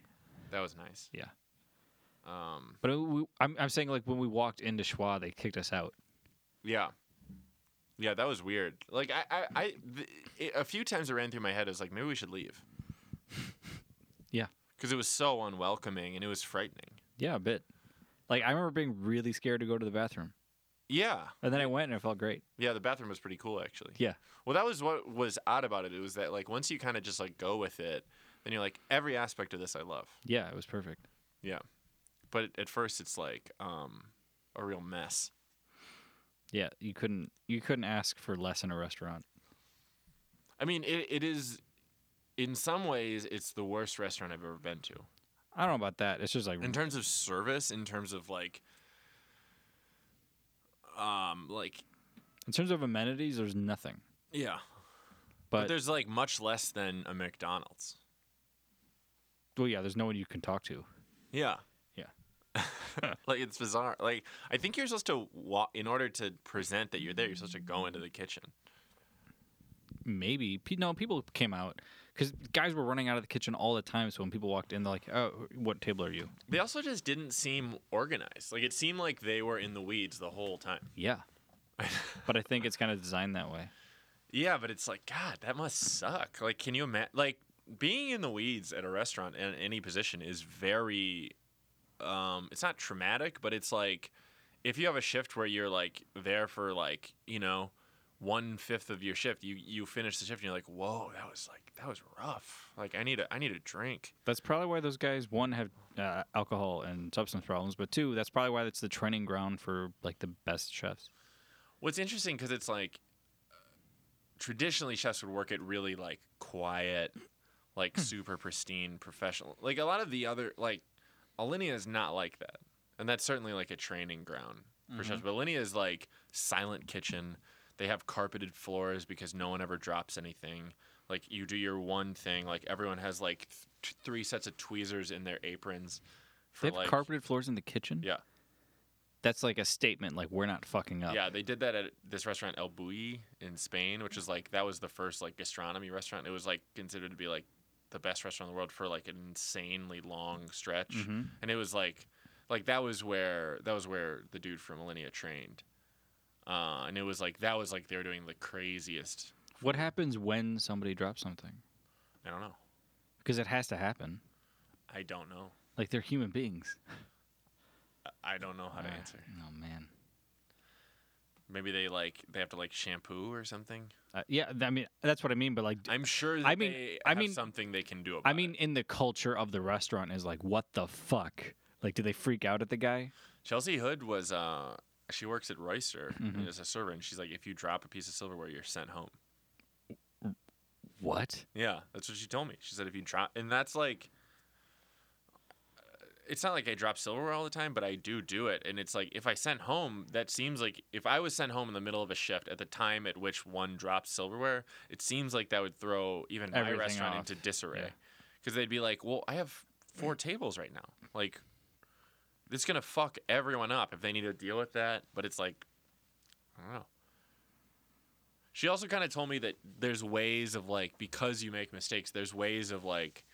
Speaker 4: That was nice.
Speaker 1: Yeah,
Speaker 4: Um,
Speaker 1: but it, we, I'm I'm saying like when we walked into Schwa, they kicked us out.
Speaker 4: yeah, yeah, that was weird. Like I, I, I th- it, a few times it ran through my head. I was like, maybe we should leave.
Speaker 1: Yeah.
Speaker 4: because it was so unwelcoming and it was frightening.
Speaker 1: Yeah, a bit. Like I remember being really scared to go to the bathroom,
Speaker 4: Yeah,
Speaker 1: and then I went and it felt great.
Speaker 4: yeah, the bathroom was pretty cool actually.
Speaker 1: Yeah.
Speaker 4: Well, that was what was odd about it. It was that like once you kind of just like go with it, then you're like every aspect of this I love.
Speaker 1: Yeah, it was perfect.
Speaker 4: Yeah, but at- at first it's like um, a real mess.
Speaker 1: Yeah, you couldn't you couldn't ask for less in a restaurant.
Speaker 4: I mean, it, it is. In some ways, it's the worst restaurant I've ever been to.
Speaker 1: I don't know about that. It's just like
Speaker 4: in terms of service in terms of like um like
Speaker 1: in terms of amenities, there's nothing.
Speaker 4: yeah but,
Speaker 1: But, there's
Speaker 4: there's like much less than a mcdonald's
Speaker 1: well, yeah, there's no one you can talk to.
Speaker 4: yeah
Speaker 1: Yeah.
Speaker 4: like it's bizarre like i think you're supposed to walk in order to present that you're there you're supposed to go into the kitchen
Speaker 1: Maybe Pe- no people came out because guys were running out of the kitchen all the time. So when people walked in, they're like, "Oh, what table are you?"
Speaker 4: they also just didn't seem organized like it seemed like they were in the weeds the whole time
Speaker 1: Yeah, but I think it's kind of designed that way.
Speaker 4: yeah but it's like god that must suck like can you imagine like being in the weeds at a restaurant in any position is very um, it's not traumatic, but it's like if you have a shift where you're like there for like you know one fifth of your shift, you you finish the shift and you're like, whoa, that was like that was rough. Like I need a I need a drink.
Speaker 1: That's probably why those guys one have uh, alcohol and substance problems, but two, that's probably why it's the training ground for like the best chefs.
Speaker 4: What's interesting because it's like traditionally chefs would work at really like quiet, like
Speaker 1: Hmm.
Speaker 4: super pristine professional. Like a lot of the other like Alinea is not like that, and that's certainly like a training ground for
Speaker 1: Mm-hmm.
Speaker 4: chefs. But Alinea is like silent kitchen. They have carpeted floors because no one ever drops anything. Like you do your one thing. Like everyone has like th- three sets of tweezers in their aprons. For,
Speaker 1: They have
Speaker 4: like,
Speaker 1: carpeted floors in the kitchen.
Speaker 4: Yeah,
Speaker 1: that's like a statement. Like we're not fucking up.
Speaker 4: Yeah, they did that at this restaurant El Bulli in Spain, which is like that was the first like gastronomy restaurant. It was like considered to be like the best restaurant in the world for like an insanely long stretch.
Speaker 1: Mhm.
Speaker 4: And it was like like that was where that was where the dude from Millennia trained. Uh, and it was like that was like they were doing the craziest.
Speaker 1: What happens when somebody drops something?
Speaker 4: I don't know.
Speaker 1: Because it has to happen.
Speaker 4: I don't know.
Speaker 1: Like they're human beings.
Speaker 4: I- I don't know how to answer.
Speaker 1: Oh man.
Speaker 4: Maybe they like they have to like shampoo or something.
Speaker 1: Uh, yeah, th- I mean that's what I mean. But like,
Speaker 4: I'm sure. That
Speaker 1: I mean-
Speaker 4: they
Speaker 1: I
Speaker 4: have
Speaker 1: mean-
Speaker 4: something they can do about.
Speaker 1: I mean,
Speaker 4: it.
Speaker 1: in the culture of the restaurant is like, what the fuck? Like, do they freak out at the guy?
Speaker 4: Chelsea Hood was uh she works at Royster as a server and she's like if you drop a piece of silverware you're sent home.
Speaker 1: What?
Speaker 4: Yeah, that's what she told me. She said if you drop and that's like it's not like I drop silverware all the time, but I do do it. And it's like if I sent home, that seems like if I was sent home in the middle of a shift at the time at which one drops silverware, it seems like that would throw even my
Speaker 1: Everything
Speaker 4: restaurant
Speaker 1: off.
Speaker 4: into disarray.
Speaker 1: Yeah.
Speaker 4: Because they'd be like, well, I have four tables right now. Like, it's going to fuck everyone up if they need to deal with that. But it's like, I don't know. She also kind of told me that there's ways of like, because you make mistakes, there's ways of like,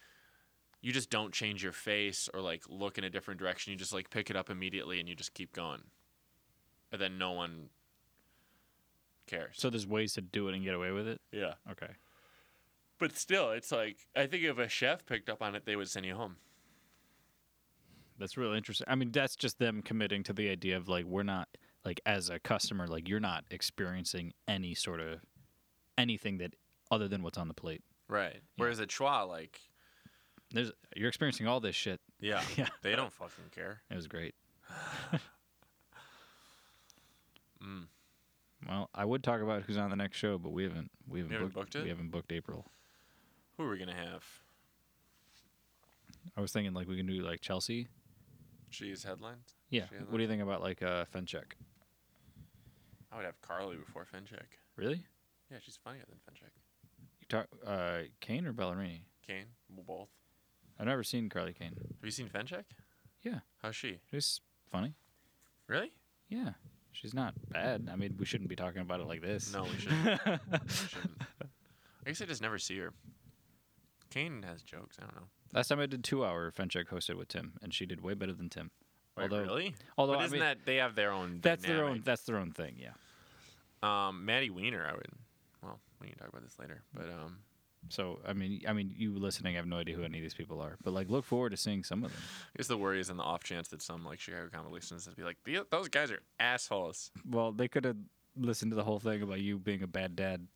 Speaker 4: you just don't change your face or like look in a different direction. You just like pick it up immediately and you just keep going. And then no one cares.
Speaker 1: So there's ways to do it and get away with it.
Speaker 4: yeah.
Speaker 1: Okay.
Speaker 4: But still, it's like, I think if a chef picked up on it, they would send you home.
Speaker 1: That's really interesting. I mean, that's just them committing to the idea of like we're not like as a customer, like you're not experiencing any sort of anything that other than what's on the plate.
Speaker 4: Right. Whereas at Schwa, like,
Speaker 1: There's you're experiencing all this shit.
Speaker 4: yeah,
Speaker 1: Yeah.
Speaker 4: they don't fucking care.
Speaker 1: It was great.
Speaker 4: Mm.
Speaker 1: Well, I would talk about who's on the next show, but we haven't we haven't,
Speaker 4: haven't
Speaker 1: booked,
Speaker 4: booked it?
Speaker 1: We haven't booked April.
Speaker 4: Who are we going to have?
Speaker 1: I was thinking like we can do like Chelsea.
Speaker 4: She's headlines?
Speaker 1: Yeah.
Speaker 4: She had
Speaker 1: What do you think about like uh Fenchek?
Speaker 4: I would have Carly before Fincheck.
Speaker 1: Really?
Speaker 4: Yeah, she's funnier than Fenchick.
Speaker 1: You talk, uh, Kane or Ballerini?
Speaker 4: Kane, both.
Speaker 1: I've never seen Carly Kane.
Speaker 4: Have you seen Fenchick?
Speaker 1: Yeah,
Speaker 4: How's she?
Speaker 1: she's funny.
Speaker 4: Really?
Speaker 1: Yeah, she's not bad. I mean, we shouldn't be talking about it like this.
Speaker 4: No, we shouldn't. We shouldn't. I guess I just never see her. Kane has jokes. I don't know.
Speaker 1: Last time I did two hour, Fenchek hosted with Tim, and she did way better than Tim.
Speaker 4: Wait,
Speaker 1: although
Speaker 4: really?
Speaker 1: although,
Speaker 4: But
Speaker 1: I
Speaker 4: isn't
Speaker 1: mean-
Speaker 4: that they have their own?
Speaker 1: that's their own.
Speaker 4: dynamic.
Speaker 1: That's their own thing. Yeah.
Speaker 4: Um, Maddie Wiener. I would. Well, we can talk about this later. But um,
Speaker 1: So I mean, I mean, you listening have no idea who any of these people are, but like, look forward to seeing some of them.
Speaker 4: I guess the worry is in the off chance that some like Chicago comedy listeners would be like, "The- those guys are assholes.
Speaker 1: Well, they could have listened to the whole thing about you being a bad dad.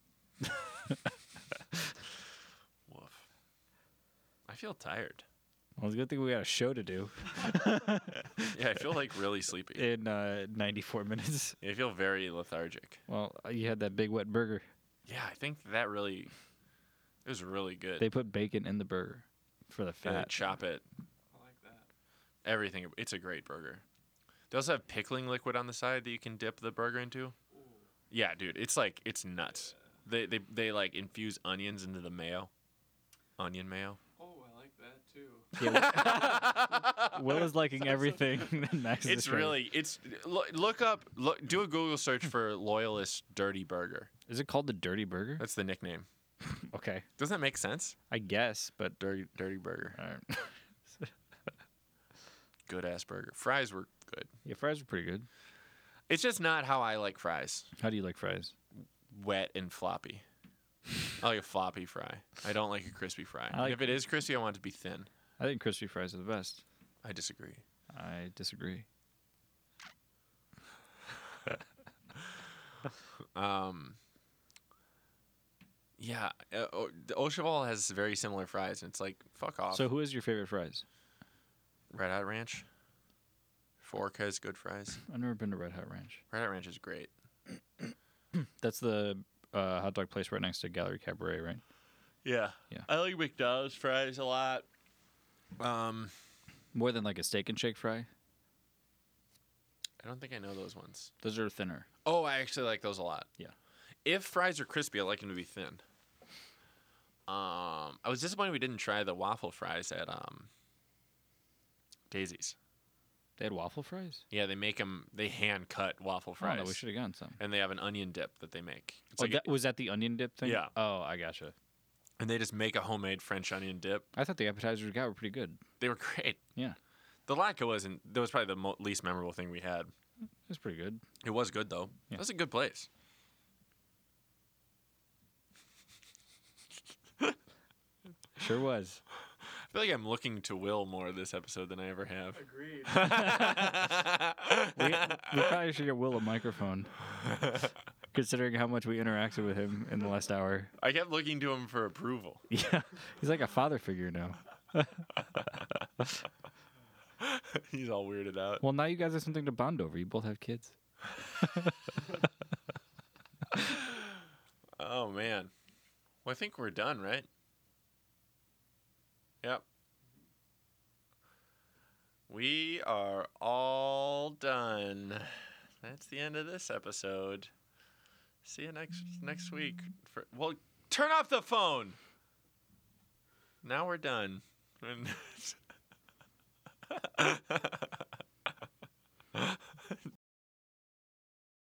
Speaker 4: Woof. I feel tired.
Speaker 1: Well, it's a good thing we got a show to do
Speaker 4: Yeah, I feel like really sleepy.
Speaker 1: in uh, 94 minutes.
Speaker 4: I feel very lethargic.
Speaker 1: Well, uh, you had that big wet burger.
Speaker 4: Yeah, I think that really. It was really good.
Speaker 1: They put bacon in the burger for the
Speaker 4: and they
Speaker 1: fat.
Speaker 4: chop it.
Speaker 3: I like that.
Speaker 4: Everything. It's a great burger. They also have pickling liquid on the side that you can dip the burger into. Yeah, dude, it's like it's nuts. They they they like infuse onions into the mayo, onion mayo.
Speaker 3: Oh, I like that too.
Speaker 1: Will is liking everything. that Max is
Speaker 4: It's
Speaker 1: describing.
Speaker 4: really it's look, look up look, do a Google search for Loyalist Dirty Burger.
Speaker 1: Is it called the Dirty Burger?
Speaker 4: That's the nickname.
Speaker 1: Okay,
Speaker 4: Doesn't that make sense?
Speaker 1: I guess, but
Speaker 4: Dirty Dirty Burger,
Speaker 1: all right.
Speaker 4: good ass burger. Fries were good.
Speaker 1: yeah, fries are pretty good.
Speaker 4: It's just not how I like fries.
Speaker 1: How do you like fries?
Speaker 4: wet and floppy. I like a floppy fry. I don't like a crispy fry.
Speaker 1: I like-
Speaker 4: if it is crispy, I want it to be thin.
Speaker 1: I think crispy fries are the best.
Speaker 4: I disagree.
Speaker 1: I disagree.
Speaker 4: Um, yeah, uh, O- the Au Cheval has very similar fries, and it's like fuck off.
Speaker 1: So, who is your favorite fries?
Speaker 4: Red Hot Ranch, Fork has good fries.
Speaker 1: I've never been to Red Hot Ranch.
Speaker 4: Red Hot Ranch is great.
Speaker 1: That's the uh, hot dog place right next to Gallery Cabaret, right?
Speaker 4: Yeah,
Speaker 1: Yeah.
Speaker 4: I like McDonald's fries a lot. Um,
Speaker 1: More than like a steak and shake fry.
Speaker 4: I don't think I know those ones.
Speaker 1: Those are thinner.
Speaker 4: Oh, I actually like those a lot.
Speaker 1: Yeah.
Speaker 4: If fries are crispy, I like them to be thin. Um, I was disappointed we didn't try the waffle fries at um, Daisy's.
Speaker 1: They had waffle fries.
Speaker 4: Yeah, they make them. They hand cut waffle
Speaker 1: Oh, no,
Speaker 4: fries,
Speaker 1: we should have gotten some.
Speaker 4: and they have an onion dip that they make. It's
Speaker 1: Oh,
Speaker 4: like,
Speaker 1: that, was that the onion dip thing?
Speaker 4: Yeah.
Speaker 1: Oh, I gotcha.
Speaker 4: and they just make a homemade French onion dip.
Speaker 1: I thought the appetizers we got were pretty good.
Speaker 4: They were great.
Speaker 1: Yeah,
Speaker 4: The latke wasn't. That was probably the mo- least memorable thing we had.
Speaker 1: it was pretty good.
Speaker 4: It was good though.
Speaker 1: Yeah.
Speaker 4: That's a good place.
Speaker 1: Sure was.
Speaker 4: I feel like I'm looking to Will more this episode than I ever have.
Speaker 3: Agreed.
Speaker 1: we, we probably should get Will a microphone, considering how much we interacted with him in the last hour.
Speaker 4: I kept looking to him for approval.
Speaker 1: Yeah, he's like a father figure now.
Speaker 4: He's all weirded out.
Speaker 1: Well, now you guys have something to bond over. You both have kids.
Speaker 4: Oh man. Well, I think we're done, right? Yep. We are all done. That's the end of this episode. See you next next week. For, well, turn off the phone. Now we're done.